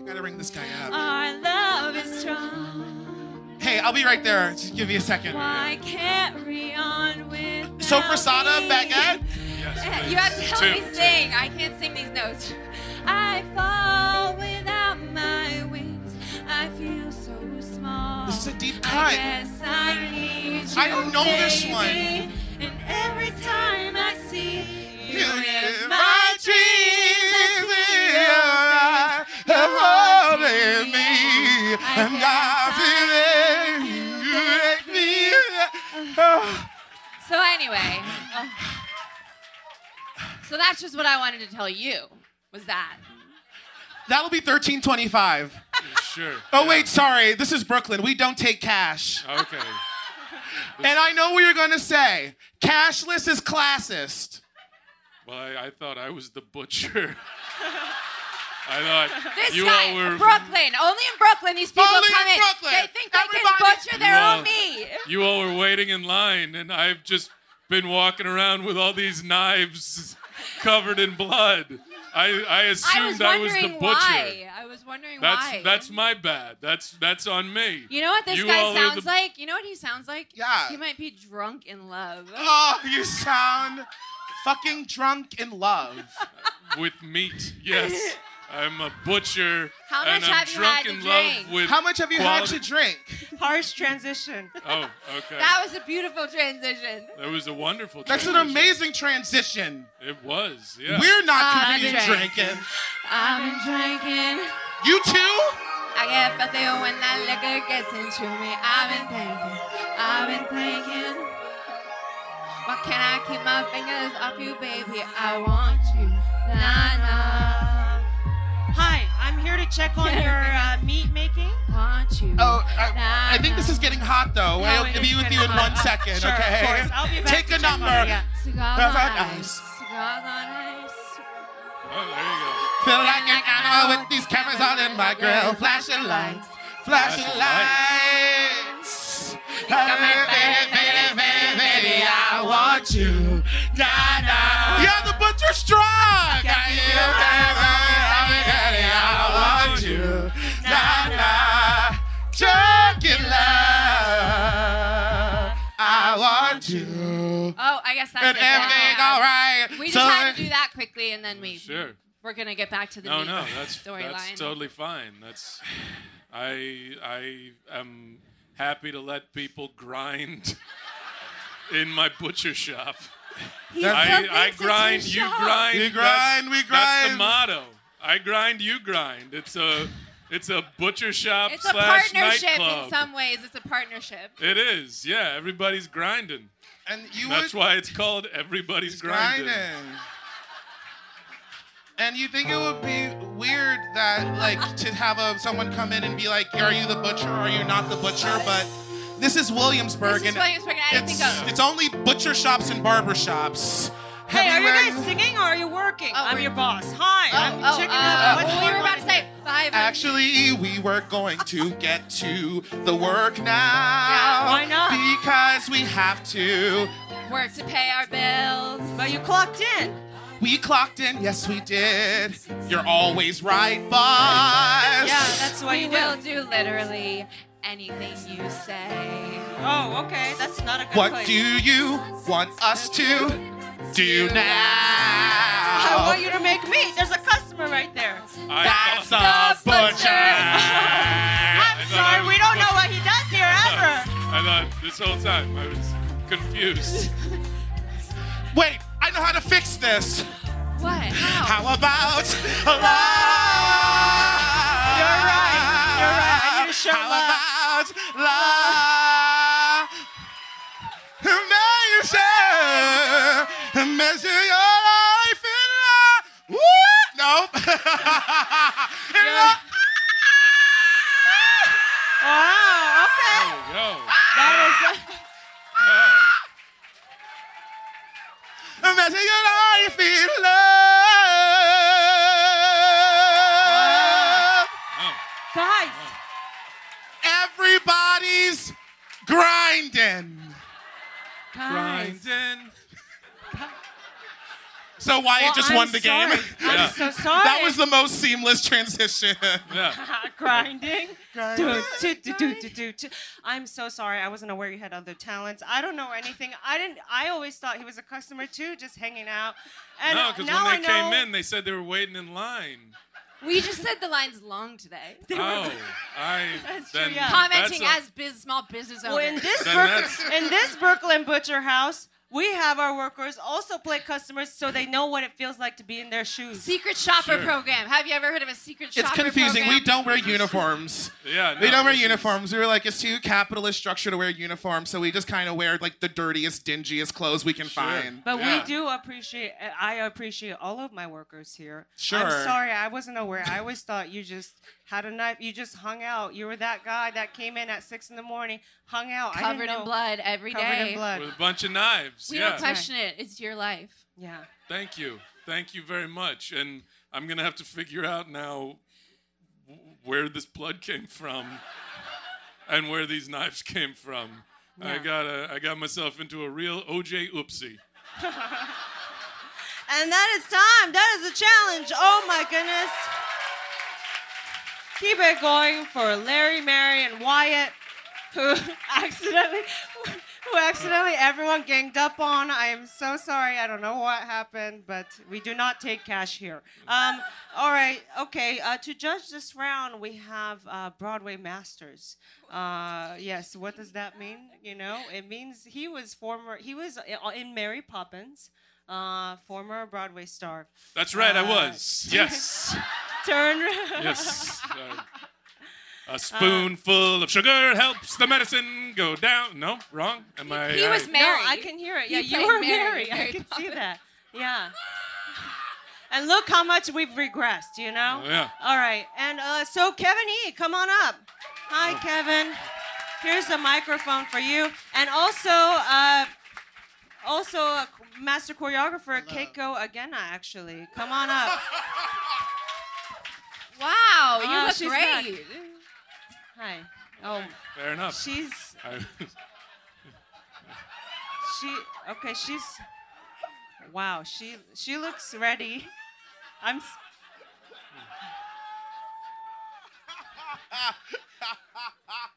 [SPEAKER 12] I gotta ring this guy up.
[SPEAKER 5] our love is strong?
[SPEAKER 12] Hey, I'll be right there. Just give me a second.
[SPEAKER 5] Why carry on with
[SPEAKER 12] So Prasada, baguette.
[SPEAKER 5] You have to help me sing. I can't sing these notes. I fall without my wings. I feel so small.
[SPEAKER 12] This is a deep
[SPEAKER 5] I
[SPEAKER 12] cut.
[SPEAKER 5] guess I need you.
[SPEAKER 12] I don't know this
[SPEAKER 5] baby.
[SPEAKER 12] one.
[SPEAKER 5] And every time I see you, in
[SPEAKER 12] my
[SPEAKER 5] my
[SPEAKER 12] dreams,
[SPEAKER 5] I
[SPEAKER 12] you are holding me, and I'm feeling you make me. Oh.
[SPEAKER 5] So anyway, oh. so that's just what I wanted to tell you. Was that?
[SPEAKER 12] That'll be 1325.
[SPEAKER 4] Sure.
[SPEAKER 12] Oh wait, sorry. This is Brooklyn. We don't take cash.
[SPEAKER 4] Okay.
[SPEAKER 12] And I know what you're gonna say. Cashless is classist.
[SPEAKER 4] Well, I, I thought I was the butcher. I thought
[SPEAKER 5] This
[SPEAKER 4] you
[SPEAKER 5] guy,
[SPEAKER 4] all were
[SPEAKER 5] Brooklyn. Only in Brooklyn, these people
[SPEAKER 1] Only in
[SPEAKER 5] come in.
[SPEAKER 1] Brooklyn.
[SPEAKER 5] They think they
[SPEAKER 1] Everybody-
[SPEAKER 5] can butcher their
[SPEAKER 4] You
[SPEAKER 5] own
[SPEAKER 4] all-
[SPEAKER 5] meat.
[SPEAKER 4] you all were waiting in line, and I've just been walking around with all these knives covered in blood. I, I
[SPEAKER 5] I was
[SPEAKER 4] assumed I was,
[SPEAKER 5] wondering
[SPEAKER 4] the butcher.
[SPEAKER 5] why. I was wondering
[SPEAKER 4] That's
[SPEAKER 5] why.
[SPEAKER 4] that's my bad. That's that's on me.
[SPEAKER 5] you know what this
[SPEAKER 4] You all
[SPEAKER 5] guy
[SPEAKER 4] are
[SPEAKER 5] sounds
[SPEAKER 4] the-
[SPEAKER 5] like? You know what he sounds like?
[SPEAKER 4] Yeah.
[SPEAKER 5] He might be drunk in love.
[SPEAKER 12] Oh, you sound fucking drunk in love.
[SPEAKER 4] With meat, yes. I'm a butcher.
[SPEAKER 3] How
[SPEAKER 4] and
[SPEAKER 3] much
[SPEAKER 4] I'm
[SPEAKER 3] have you
[SPEAKER 4] drunk
[SPEAKER 3] had to
[SPEAKER 4] in love
[SPEAKER 3] drink?
[SPEAKER 4] with
[SPEAKER 12] How much have you had to
[SPEAKER 4] quality-
[SPEAKER 12] drink?
[SPEAKER 3] Harsh transition.
[SPEAKER 4] Oh, okay.
[SPEAKER 5] That was a beautiful transition.
[SPEAKER 4] That was a wonderful.
[SPEAKER 12] That's an
[SPEAKER 4] transition.
[SPEAKER 12] amazing transition.
[SPEAKER 4] It was, yeah.
[SPEAKER 12] We're not
[SPEAKER 5] Ah,
[SPEAKER 12] confused
[SPEAKER 5] I've been
[SPEAKER 12] drinking.
[SPEAKER 5] I've been drinking.
[SPEAKER 12] You too?
[SPEAKER 5] I get filthy when that liquor gets into me. I've been thinking. I've been thinking. Why can't I keep my fingers off you, baby? I want you. Nah, nah.
[SPEAKER 3] Hi, I'm here to check on your uh, meat making.
[SPEAKER 5] Want you?
[SPEAKER 12] Oh, I, I think this is getting hot though.
[SPEAKER 3] No,
[SPEAKER 12] I'll
[SPEAKER 3] it
[SPEAKER 12] be
[SPEAKER 3] is
[SPEAKER 12] with
[SPEAKER 3] getting
[SPEAKER 12] you in
[SPEAKER 3] hot.
[SPEAKER 12] one second,
[SPEAKER 3] Sure, of
[SPEAKER 12] okay?
[SPEAKER 3] course. I'll be back
[SPEAKER 12] Take a
[SPEAKER 3] to check on
[SPEAKER 12] number.
[SPEAKER 3] it, yeah.
[SPEAKER 5] Cigars
[SPEAKER 12] That's
[SPEAKER 5] on
[SPEAKER 12] right,
[SPEAKER 5] ice.
[SPEAKER 12] nice.
[SPEAKER 5] Cigars on ice.
[SPEAKER 12] Feel like an animal with these cameras all in my grill. Flashing lights, flashing lights. Baby, baby, baby, baby, I want you. Da, da. You're the butcher strong. I got you. I want you. Da, da. Drunk in love. I want you.
[SPEAKER 5] Oh, I guess that's
[SPEAKER 12] And
[SPEAKER 5] it. Yeah.
[SPEAKER 12] everything all right.
[SPEAKER 5] We
[SPEAKER 12] So-
[SPEAKER 5] just had to do that quickly, and then we
[SPEAKER 4] Sure.
[SPEAKER 5] we're gonna get back to the
[SPEAKER 4] No,
[SPEAKER 5] meat
[SPEAKER 4] no, that's that's
[SPEAKER 5] storyline.
[SPEAKER 4] totally fine. That's I I am happy to let people grind in my butcher shop.
[SPEAKER 1] He still
[SPEAKER 4] I,
[SPEAKER 1] thinks
[SPEAKER 4] I
[SPEAKER 1] it's
[SPEAKER 4] grind,
[SPEAKER 1] his
[SPEAKER 4] you
[SPEAKER 1] shop.
[SPEAKER 4] grind,
[SPEAKER 1] You
[SPEAKER 4] that's-
[SPEAKER 1] grind, we
[SPEAKER 4] That's
[SPEAKER 1] grind.
[SPEAKER 4] the motto. I grind, you grind. It's a it's a butcher shop
[SPEAKER 5] It's a
[SPEAKER 4] slash
[SPEAKER 5] partnership in
[SPEAKER 4] nightclub.
[SPEAKER 5] some ways. It's a partnership.
[SPEAKER 4] It is, yeah. Everybody's grinding.
[SPEAKER 12] And you
[SPEAKER 4] That's why it's called Everybody's Grinding.
[SPEAKER 12] And you think it would be weird that like to have a, someone come in and be like, "Are you the butcher? or Are you not the butcher?" But this is
[SPEAKER 5] This
[SPEAKER 12] Williamsburg,
[SPEAKER 5] is
[SPEAKER 12] and
[SPEAKER 5] Williamsburg, and uh, anything
[SPEAKER 12] it's,
[SPEAKER 5] goes.
[SPEAKER 12] it's only butcher shops and barber shops.
[SPEAKER 3] Hey, are you
[SPEAKER 12] Everywhere-
[SPEAKER 3] guys singing or are you working?
[SPEAKER 5] Oh,
[SPEAKER 3] I'm your boss. Hi, I'm checking out.
[SPEAKER 12] Oh, uh,
[SPEAKER 3] what's
[SPEAKER 12] we
[SPEAKER 3] going
[SPEAKER 12] were
[SPEAKER 3] on
[SPEAKER 5] about to say five.
[SPEAKER 12] Actually, we were going to get to the work now.
[SPEAKER 5] why not?
[SPEAKER 12] Because we have to.
[SPEAKER 5] Work to pay our bills.
[SPEAKER 3] But you clocked in.
[SPEAKER 12] We clocked in. Yes, we did. You're always right, boss.
[SPEAKER 5] we will do literally anything you say.
[SPEAKER 3] Oh, okay. That's not a good
[SPEAKER 12] What
[SPEAKER 3] place.
[SPEAKER 12] do you want us to do
[SPEAKER 4] Ah.
[SPEAKER 12] now?
[SPEAKER 3] I want you to make meat. There's a customer right there.
[SPEAKER 12] That's a butcher.
[SPEAKER 3] I'm sorry, we don't know what he does here ever.
[SPEAKER 4] I thought this whole time I was confused.
[SPEAKER 12] Wait, I know how to fix this.
[SPEAKER 5] What? How?
[SPEAKER 12] How about a lie? You're right. You're right. I need a show How about lie? And now you say, measure your life in love. Woo! Nope. In love.
[SPEAKER 3] Wow, okay. That is.
[SPEAKER 12] Measure your life in love.
[SPEAKER 3] Guys.
[SPEAKER 12] Everybody's grinding.
[SPEAKER 4] Grinding.
[SPEAKER 12] So Wyatt
[SPEAKER 3] Well,
[SPEAKER 12] just
[SPEAKER 3] I'm
[SPEAKER 12] won the
[SPEAKER 3] sorry.
[SPEAKER 12] game.
[SPEAKER 3] I'm Yeah. so sorry.
[SPEAKER 12] That was the most seamless transition.
[SPEAKER 3] grinding.
[SPEAKER 12] Grinding.
[SPEAKER 3] Do, do, do, do, do, do. I'm so sorry. I wasn't aware you had other talents. I don't know anything. I didn't. I always thought he was a customer too, just hanging out. And
[SPEAKER 4] no,
[SPEAKER 3] uh,
[SPEAKER 4] because
[SPEAKER 3] now
[SPEAKER 4] when they
[SPEAKER 3] I know,
[SPEAKER 4] came in, they said they were waiting in line.
[SPEAKER 5] We just said the line's long today.
[SPEAKER 4] oh, I
[SPEAKER 3] That's true,
[SPEAKER 4] then
[SPEAKER 3] yeah.
[SPEAKER 5] Commenting
[SPEAKER 4] that's a-
[SPEAKER 5] as biz, small business owners.
[SPEAKER 3] Well, in this
[SPEAKER 4] Then
[SPEAKER 3] Berk-
[SPEAKER 4] that's-
[SPEAKER 3] in this Brooklyn butcher house, we have our workers also play customers, so they know what it feels like to be in their shoes.
[SPEAKER 5] Secret shopper
[SPEAKER 12] Sure.
[SPEAKER 5] program. Have you ever heard of a secret
[SPEAKER 12] It's
[SPEAKER 5] shopper
[SPEAKER 12] confusing.
[SPEAKER 5] program?
[SPEAKER 12] We don't wear uniforms.
[SPEAKER 4] Yeah,
[SPEAKER 12] we
[SPEAKER 4] no,
[SPEAKER 12] don't wear
[SPEAKER 4] this
[SPEAKER 12] uniforms. We were like, it's too capitalist structure to wear uniforms, so we just kind of wear like the dirtiest, dingiest clothes we can find.
[SPEAKER 3] But we do appreciate. I appreciate all of my workers here.
[SPEAKER 12] Sure.
[SPEAKER 3] I'm sorry, I wasn't aware. I always thought you just had a knife. You just hung out. You were that guy that came in at six in the morning, hung out. I didn't
[SPEAKER 5] Covered in
[SPEAKER 3] know.
[SPEAKER 5] blood every
[SPEAKER 3] Covered in
[SPEAKER 5] day.
[SPEAKER 3] blood.
[SPEAKER 4] with a bunch of knives. lives.
[SPEAKER 5] We
[SPEAKER 4] yeah.
[SPEAKER 5] don't question it. It's your life.
[SPEAKER 3] Yeah.
[SPEAKER 4] Thank you. Thank you very much. And I'm going to have to figure out now w- where this blood came from and where these knives came from. I
[SPEAKER 3] Yeah.
[SPEAKER 4] got to I got myself into a real OJ oopsie.
[SPEAKER 2] And that is time. That is a challenge. Oh my goodness.
[SPEAKER 3] Keep it going for Larry, Mary, and Wyatt, who accidentally, who accidentally everyone ganged up on. I am so sorry. I don't know what happened, but we do not take cash here. Um, all right, okay. Uh, to judge this round, we have uh, Broadway Masters. Uh, yes. What does that mean? You know, it means he was former. He was uh, in Mary Poppins, uh, former Broadway star.
[SPEAKER 4] That's right, I
[SPEAKER 3] Uh,
[SPEAKER 4] was. Yes.
[SPEAKER 3] Turn.
[SPEAKER 4] yes. Uh,
[SPEAKER 3] Uh,
[SPEAKER 4] a spoonful of sugar helps the medicine go down. No, wrong. Am I?
[SPEAKER 3] He was
[SPEAKER 4] I-
[SPEAKER 3] Mary. I can hear it.
[SPEAKER 5] He
[SPEAKER 3] Yeah, you
[SPEAKER 5] played
[SPEAKER 3] were
[SPEAKER 5] Mary
[SPEAKER 3] Mary.
[SPEAKER 5] in
[SPEAKER 3] I
[SPEAKER 5] Mary
[SPEAKER 3] can see
[SPEAKER 5] Poppins.
[SPEAKER 3] that. Yeah. And look how much we've regressed, you know?
[SPEAKER 4] Oh, yeah.
[SPEAKER 3] All right. And uh, so, Kevin E., come on up.
[SPEAKER 4] Oh.
[SPEAKER 3] Hi, Kevin. Here's the microphone for you. And also, uh, also uh, master choreographer Keiko Agena, actually. Come on up.
[SPEAKER 5] Wow, you
[SPEAKER 3] Oh,
[SPEAKER 5] look
[SPEAKER 3] she's back.
[SPEAKER 5] great.
[SPEAKER 3] Hi. Oh,
[SPEAKER 4] Fair enough.
[SPEAKER 3] She's-
[SPEAKER 4] I-
[SPEAKER 3] She okay. She's wow. She she looks ready. I'm. s-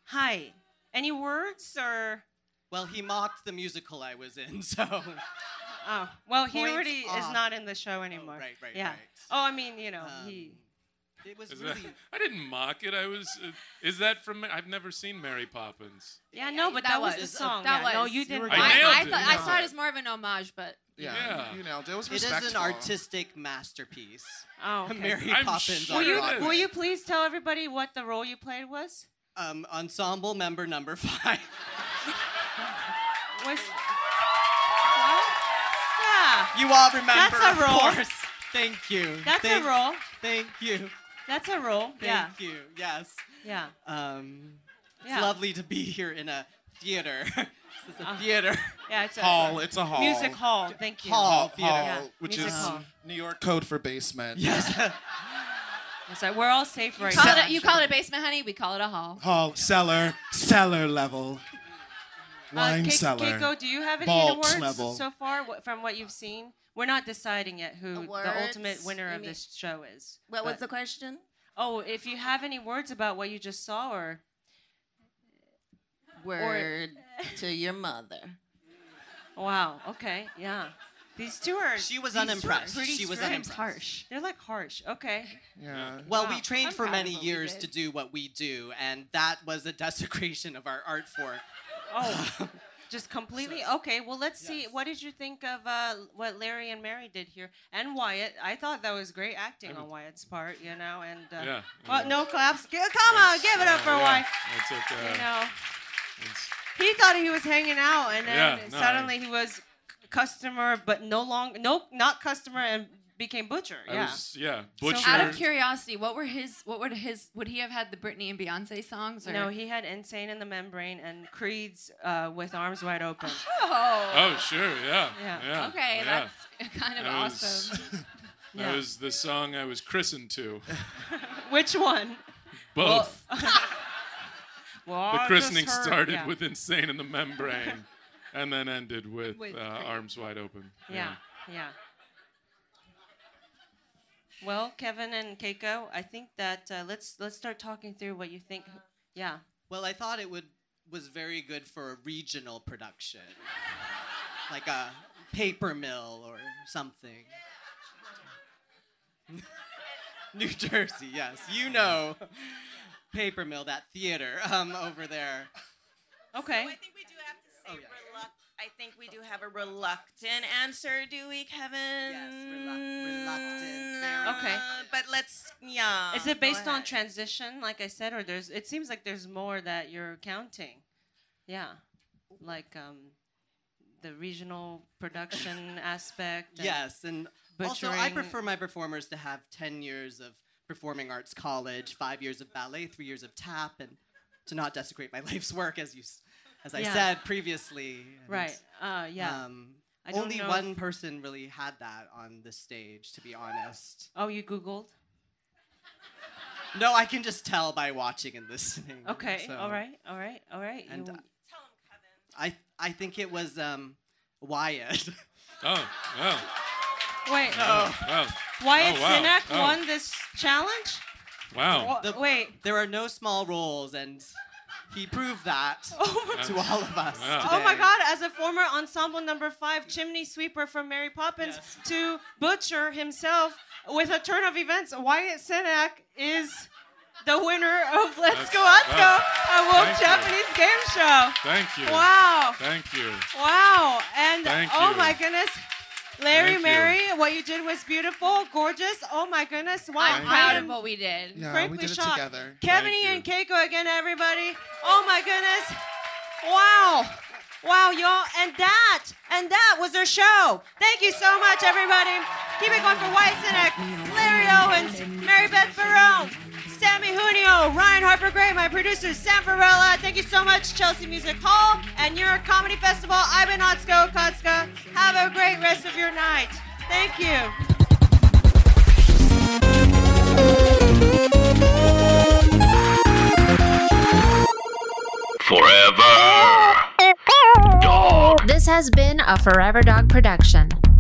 [SPEAKER 3] Hi. Any words or?
[SPEAKER 13] Well, he mocked the musical I was in, so.
[SPEAKER 3] Oh well, he
[SPEAKER 13] Points
[SPEAKER 3] already is
[SPEAKER 13] off.
[SPEAKER 3] not in the show anymore. right,
[SPEAKER 13] right,
[SPEAKER 3] yeah.
[SPEAKER 13] right. Um,
[SPEAKER 3] Oh, I mean, you know, he.
[SPEAKER 13] It was
[SPEAKER 4] is that- I didn't mock it. I was. Uh, is that from? I've never seen Mary Poppins.
[SPEAKER 3] Yeah, no, but that, was, the song.
[SPEAKER 5] That
[SPEAKER 3] yeah.
[SPEAKER 5] was.
[SPEAKER 3] No, you didn't.
[SPEAKER 4] I nailed
[SPEAKER 5] I,
[SPEAKER 4] it.
[SPEAKER 5] thought, I saw it
[SPEAKER 4] Yeah.
[SPEAKER 5] as more of an homage, but
[SPEAKER 6] Yeah,
[SPEAKER 4] Yeah.
[SPEAKER 6] you know, it was
[SPEAKER 13] It is
[SPEAKER 6] respectful.
[SPEAKER 13] an artistic masterpiece.
[SPEAKER 3] Oh, okay.
[SPEAKER 13] Mary
[SPEAKER 3] I'm
[SPEAKER 13] Poppins.
[SPEAKER 3] Will you
[SPEAKER 13] on
[SPEAKER 3] will you please tell everybody what the role you played was?
[SPEAKER 13] Um, ensemble member number five.
[SPEAKER 3] Was. What? Yeah.
[SPEAKER 13] You all remember,
[SPEAKER 3] That's a
[SPEAKER 13] of
[SPEAKER 3] role.
[SPEAKER 13] course. Thank you.
[SPEAKER 3] That's
[SPEAKER 13] Thank-
[SPEAKER 3] a role.
[SPEAKER 13] Thank you.
[SPEAKER 3] That's a role.
[SPEAKER 13] Thank
[SPEAKER 3] yeah.
[SPEAKER 13] you. Yes.
[SPEAKER 3] Yeah.
[SPEAKER 13] Um, it's
[SPEAKER 3] Yeah. Uh-huh.
[SPEAKER 13] lovely to be here in a theater. this is a theater.
[SPEAKER 3] Yeah, it's a
[SPEAKER 6] Hall, it's a hall.
[SPEAKER 3] Music hall. Thank you.
[SPEAKER 13] Hall,
[SPEAKER 6] Hall,
[SPEAKER 3] Yeah,
[SPEAKER 6] which
[SPEAKER 3] music
[SPEAKER 6] is
[SPEAKER 3] hall.
[SPEAKER 6] New York code for basement.
[SPEAKER 13] Yes.
[SPEAKER 3] That's right. We're all safe right
[SPEAKER 5] call
[SPEAKER 3] now.
[SPEAKER 5] it a, you call it a basement, honey. We call it a hall.
[SPEAKER 6] Hall, cellar, cellar level. Wine
[SPEAKER 3] Ke-
[SPEAKER 6] cellar.
[SPEAKER 3] Keiko, do you have any
[SPEAKER 6] Vault
[SPEAKER 3] awards
[SPEAKER 6] level.
[SPEAKER 3] so far wh- from what you've seen? We're not deciding yet who the ultimate
[SPEAKER 14] Awards?
[SPEAKER 3] winner
[SPEAKER 14] You
[SPEAKER 3] of
[SPEAKER 14] mean-
[SPEAKER 3] this show is.
[SPEAKER 14] What was
[SPEAKER 3] but-
[SPEAKER 14] the question?
[SPEAKER 3] Oh, if you have any words about what you just saw, or
[SPEAKER 14] Word to your mother.
[SPEAKER 3] wow, okay, yeah. These two are.
[SPEAKER 13] She
[SPEAKER 3] these
[SPEAKER 13] was
[SPEAKER 3] two are
[SPEAKER 13] unimpressed.
[SPEAKER 3] pretty
[SPEAKER 13] She was
[SPEAKER 3] strict.
[SPEAKER 13] unimpressed. Harsh.
[SPEAKER 3] They're like harsh. Okay.
[SPEAKER 6] Yeah.
[SPEAKER 13] Well,
[SPEAKER 3] Wow.
[SPEAKER 13] we trained
[SPEAKER 3] I'm
[SPEAKER 13] for
[SPEAKER 3] proud of
[SPEAKER 13] many
[SPEAKER 3] what we
[SPEAKER 13] years
[SPEAKER 3] did.
[SPEAKER 13] to do what we do, and that was a desecration of our art form.
[SPEAKER 3] Oh, just completely okay. Well, let's see. What did you think of uh, what Larry and Mary did here, and Wyatt? I thought that was great acting on Wyatt's part, you know. And uh,
[SPEAKER 4] Yeah,
[SPEAKER 3] well,
[SPEAKER 4] yeah.
[SPEAKER 3] no claps. G- Come on, give it up for
[SPEAKER 4] Uh, yeah,
[SPEAKER 3] Wyatt.
[SPEAKER 4] I took, uh,
[SPEAKER 3] You know, he thought he was hanging out, and then
[SPEAKER 4] Yeah, no, I-
[SPEAKER 3] suddenly he was c- customer, but no longer no not customer, and became butcher.
[SPEAKER 4] I
[SPEAKER 3] yeah.
[SPEAKER 4] was. Yeah.
[SPEAKER 5] So
[SPEAKER 4] Butcher.
[SPEAKER 5] out of curiosity, what were his? What would his? Would he have had the Britney and Beyonce songs? Or?
[SPEAKER 3] no, he had insane in the membrane and Creed's uh, with arms wide open.
[SPEAKER 5] Oh.
[SPEAKER 4] Oh sure, yeah.
[SPEAKER 3] Yeah.
[SPEAKER 5] Okay,
[SPEAKER 4] yeah.
[SPEAKER 5] that's kind of
[SPEAKER 4] That was-
[SPEAKER 5] awesome.
[SPEAKER 4] That was the song I was christened to.
[SPEAKER 3] Which one?
[SPEAKER 4] Both.
[SPEAKER 3] Well, I
[SPEAKER 4] the
[SPEAKER 3] just
[SPEAKER 4] christening
[SPEAKER 3] heard-
[SPEAKER 4] started
[SPEAKER 3] yeah.
[SPEAKER 4] with "Insane in the Membrane," and then ended with,
[SPEAKER 3] With
[SPEAKER 4] uh,
[SPEAKER 3] Creed.
[SPEAKER 4] "Arms Wide Open."
[SPEAKER 3] Yeah, yeah. Well, Kevin and Keiko, I think that uh, let's let's start talking through what you think. Yeah.
[SPEAKER 13] Well, I thought it would was very good for a regional production, like a paper mill or something. New Jersey, yes, you know, paper mill, that theater um, over there.
[SPEAKER 3] Okay.
[SPEAKER 14] I think we do have to say reluct- I think we do have a reluctant answer, do we, Kevin? Yes, reluctant.
[SPEAKER 3] Okay.
[SPEAKER 14] But let's, yeah.
[SPEAKER 3] Is it
[SPEAKER 14] go
[SPEAKER 3] based on
[SPEAKER 14] ahead.
[SPEAKER 3] transition, like I said, or there's? It seems like there's more that you're counting. Yeah, like um, the regional production aspect. and-
[SPEAKER 13] Yes, and also I
[SPEAKER 3] butchering-
[SPEAKER 13] prefer my performers to have 10 years of performing arts college, five years of ballet, three years of tap, and to not desecrate my life's work, as you s- as I
[SPEAKER 14] Yeah.
[SPEAKER 13] said previously. and, um,
[SPEAKER 14] Right. Uh, yeah. I don't
[SPEAKER 13] only
[SPEAKER 14] know
[SPEAKER 13] one
[SPEAKER 14] if-
[SPEAKER 13] person really had that on the stage, to be honest.
[SPEAKER 14] Oh, you Googled?
[SPEAKER 13] No, I can just tell by watching and listening.
[SPEAKER 14] Okay.
[SPEAKER 13] so-
[SPEAKER 14] All right. All right. All right.
[SPEAKER 13] And
[SPEAKER 14] You-
[SPEAKER 13] I I think it was um, Wyatt.
[SPEAKER 4] Oh, wow.
[SPEAKER 3] Wait.
[SPEAKER 13] No.
[SPEAKER 3] Wyatt
[SPEAKER 13] Oh, wow.
[SPEAKER 3] Sinek
[SPEAKER 13] Oh.
[SPEAKER 3] won this challenge? Wha-
[SPEAKER 13] The-
[SPEAKER 3] Wait.
[SPEAKER 13] There are no small roles, and he proved that to all of us.
[SPEAKER 4] Wow.
[SPEAKER 3] Oh my
[SPEAKER 13] today.
[SPEAKER 3] God! As a former ensemble number five chimney sweeper from Mary Poppins to butcher himself with a turn of events, Wyatt Sinek is the winner of Let's
[SPEAKER 4] That's-
[SPEAKER 3] Go Atsuko,
[SPEAKER 4] wow.
[SPEAKER 3] a woke
[SPEAKER 4] Thank you.
[SPEAKER 3] Japanese game show.
[SPEAKER 4] Thank you.
[SPEAKER 3] Wow.
[SPEAKER 4] Thank you.
[SPEAKER 3] Wow! And
[SPEAKER 4] Thank
[SPEAKER 3] oh
[SPEAKER 4] you.
[SPEAKER 3] my goodness. Larry,
[SPEAKER 4] Thank you.
[SPEAKER 3] Mary, what you did was beautiful, gorgeous. Oh my goodness! Wow!
[SPEAKER 5] I'm
[SPEAKER 3] I
[SPEAKER 5] proud
[SPEAKER 3] am
[SPEAKER 5] of what we did.
[SPEAKER 6] Yeah, we
[SPEAKER 3] frankly
[SPEAKER 6] did it
[SPEAKER 3] shocked.
[SPEAKER 6] together.
[SPEAKER 3] Kevin and Keiko again, everybody. Oh my goodness. Wow. Wow, y'all. And that, and that was their show. Thank you so much, everybody. Keep it going for White Sinek, Larry Owens, Mary Beth Barone, Sammy Junio, Ryan Harper Gray, my producer, Sam Varela. Thank you so much, Chelsea Music Hall and your comedy festival, Ivan Otsko Kotska. Have a great rest of your night. Thank you.
[SPEAKER 1] Forever.
[SPEAKER 15] This has been a Forever Dog production.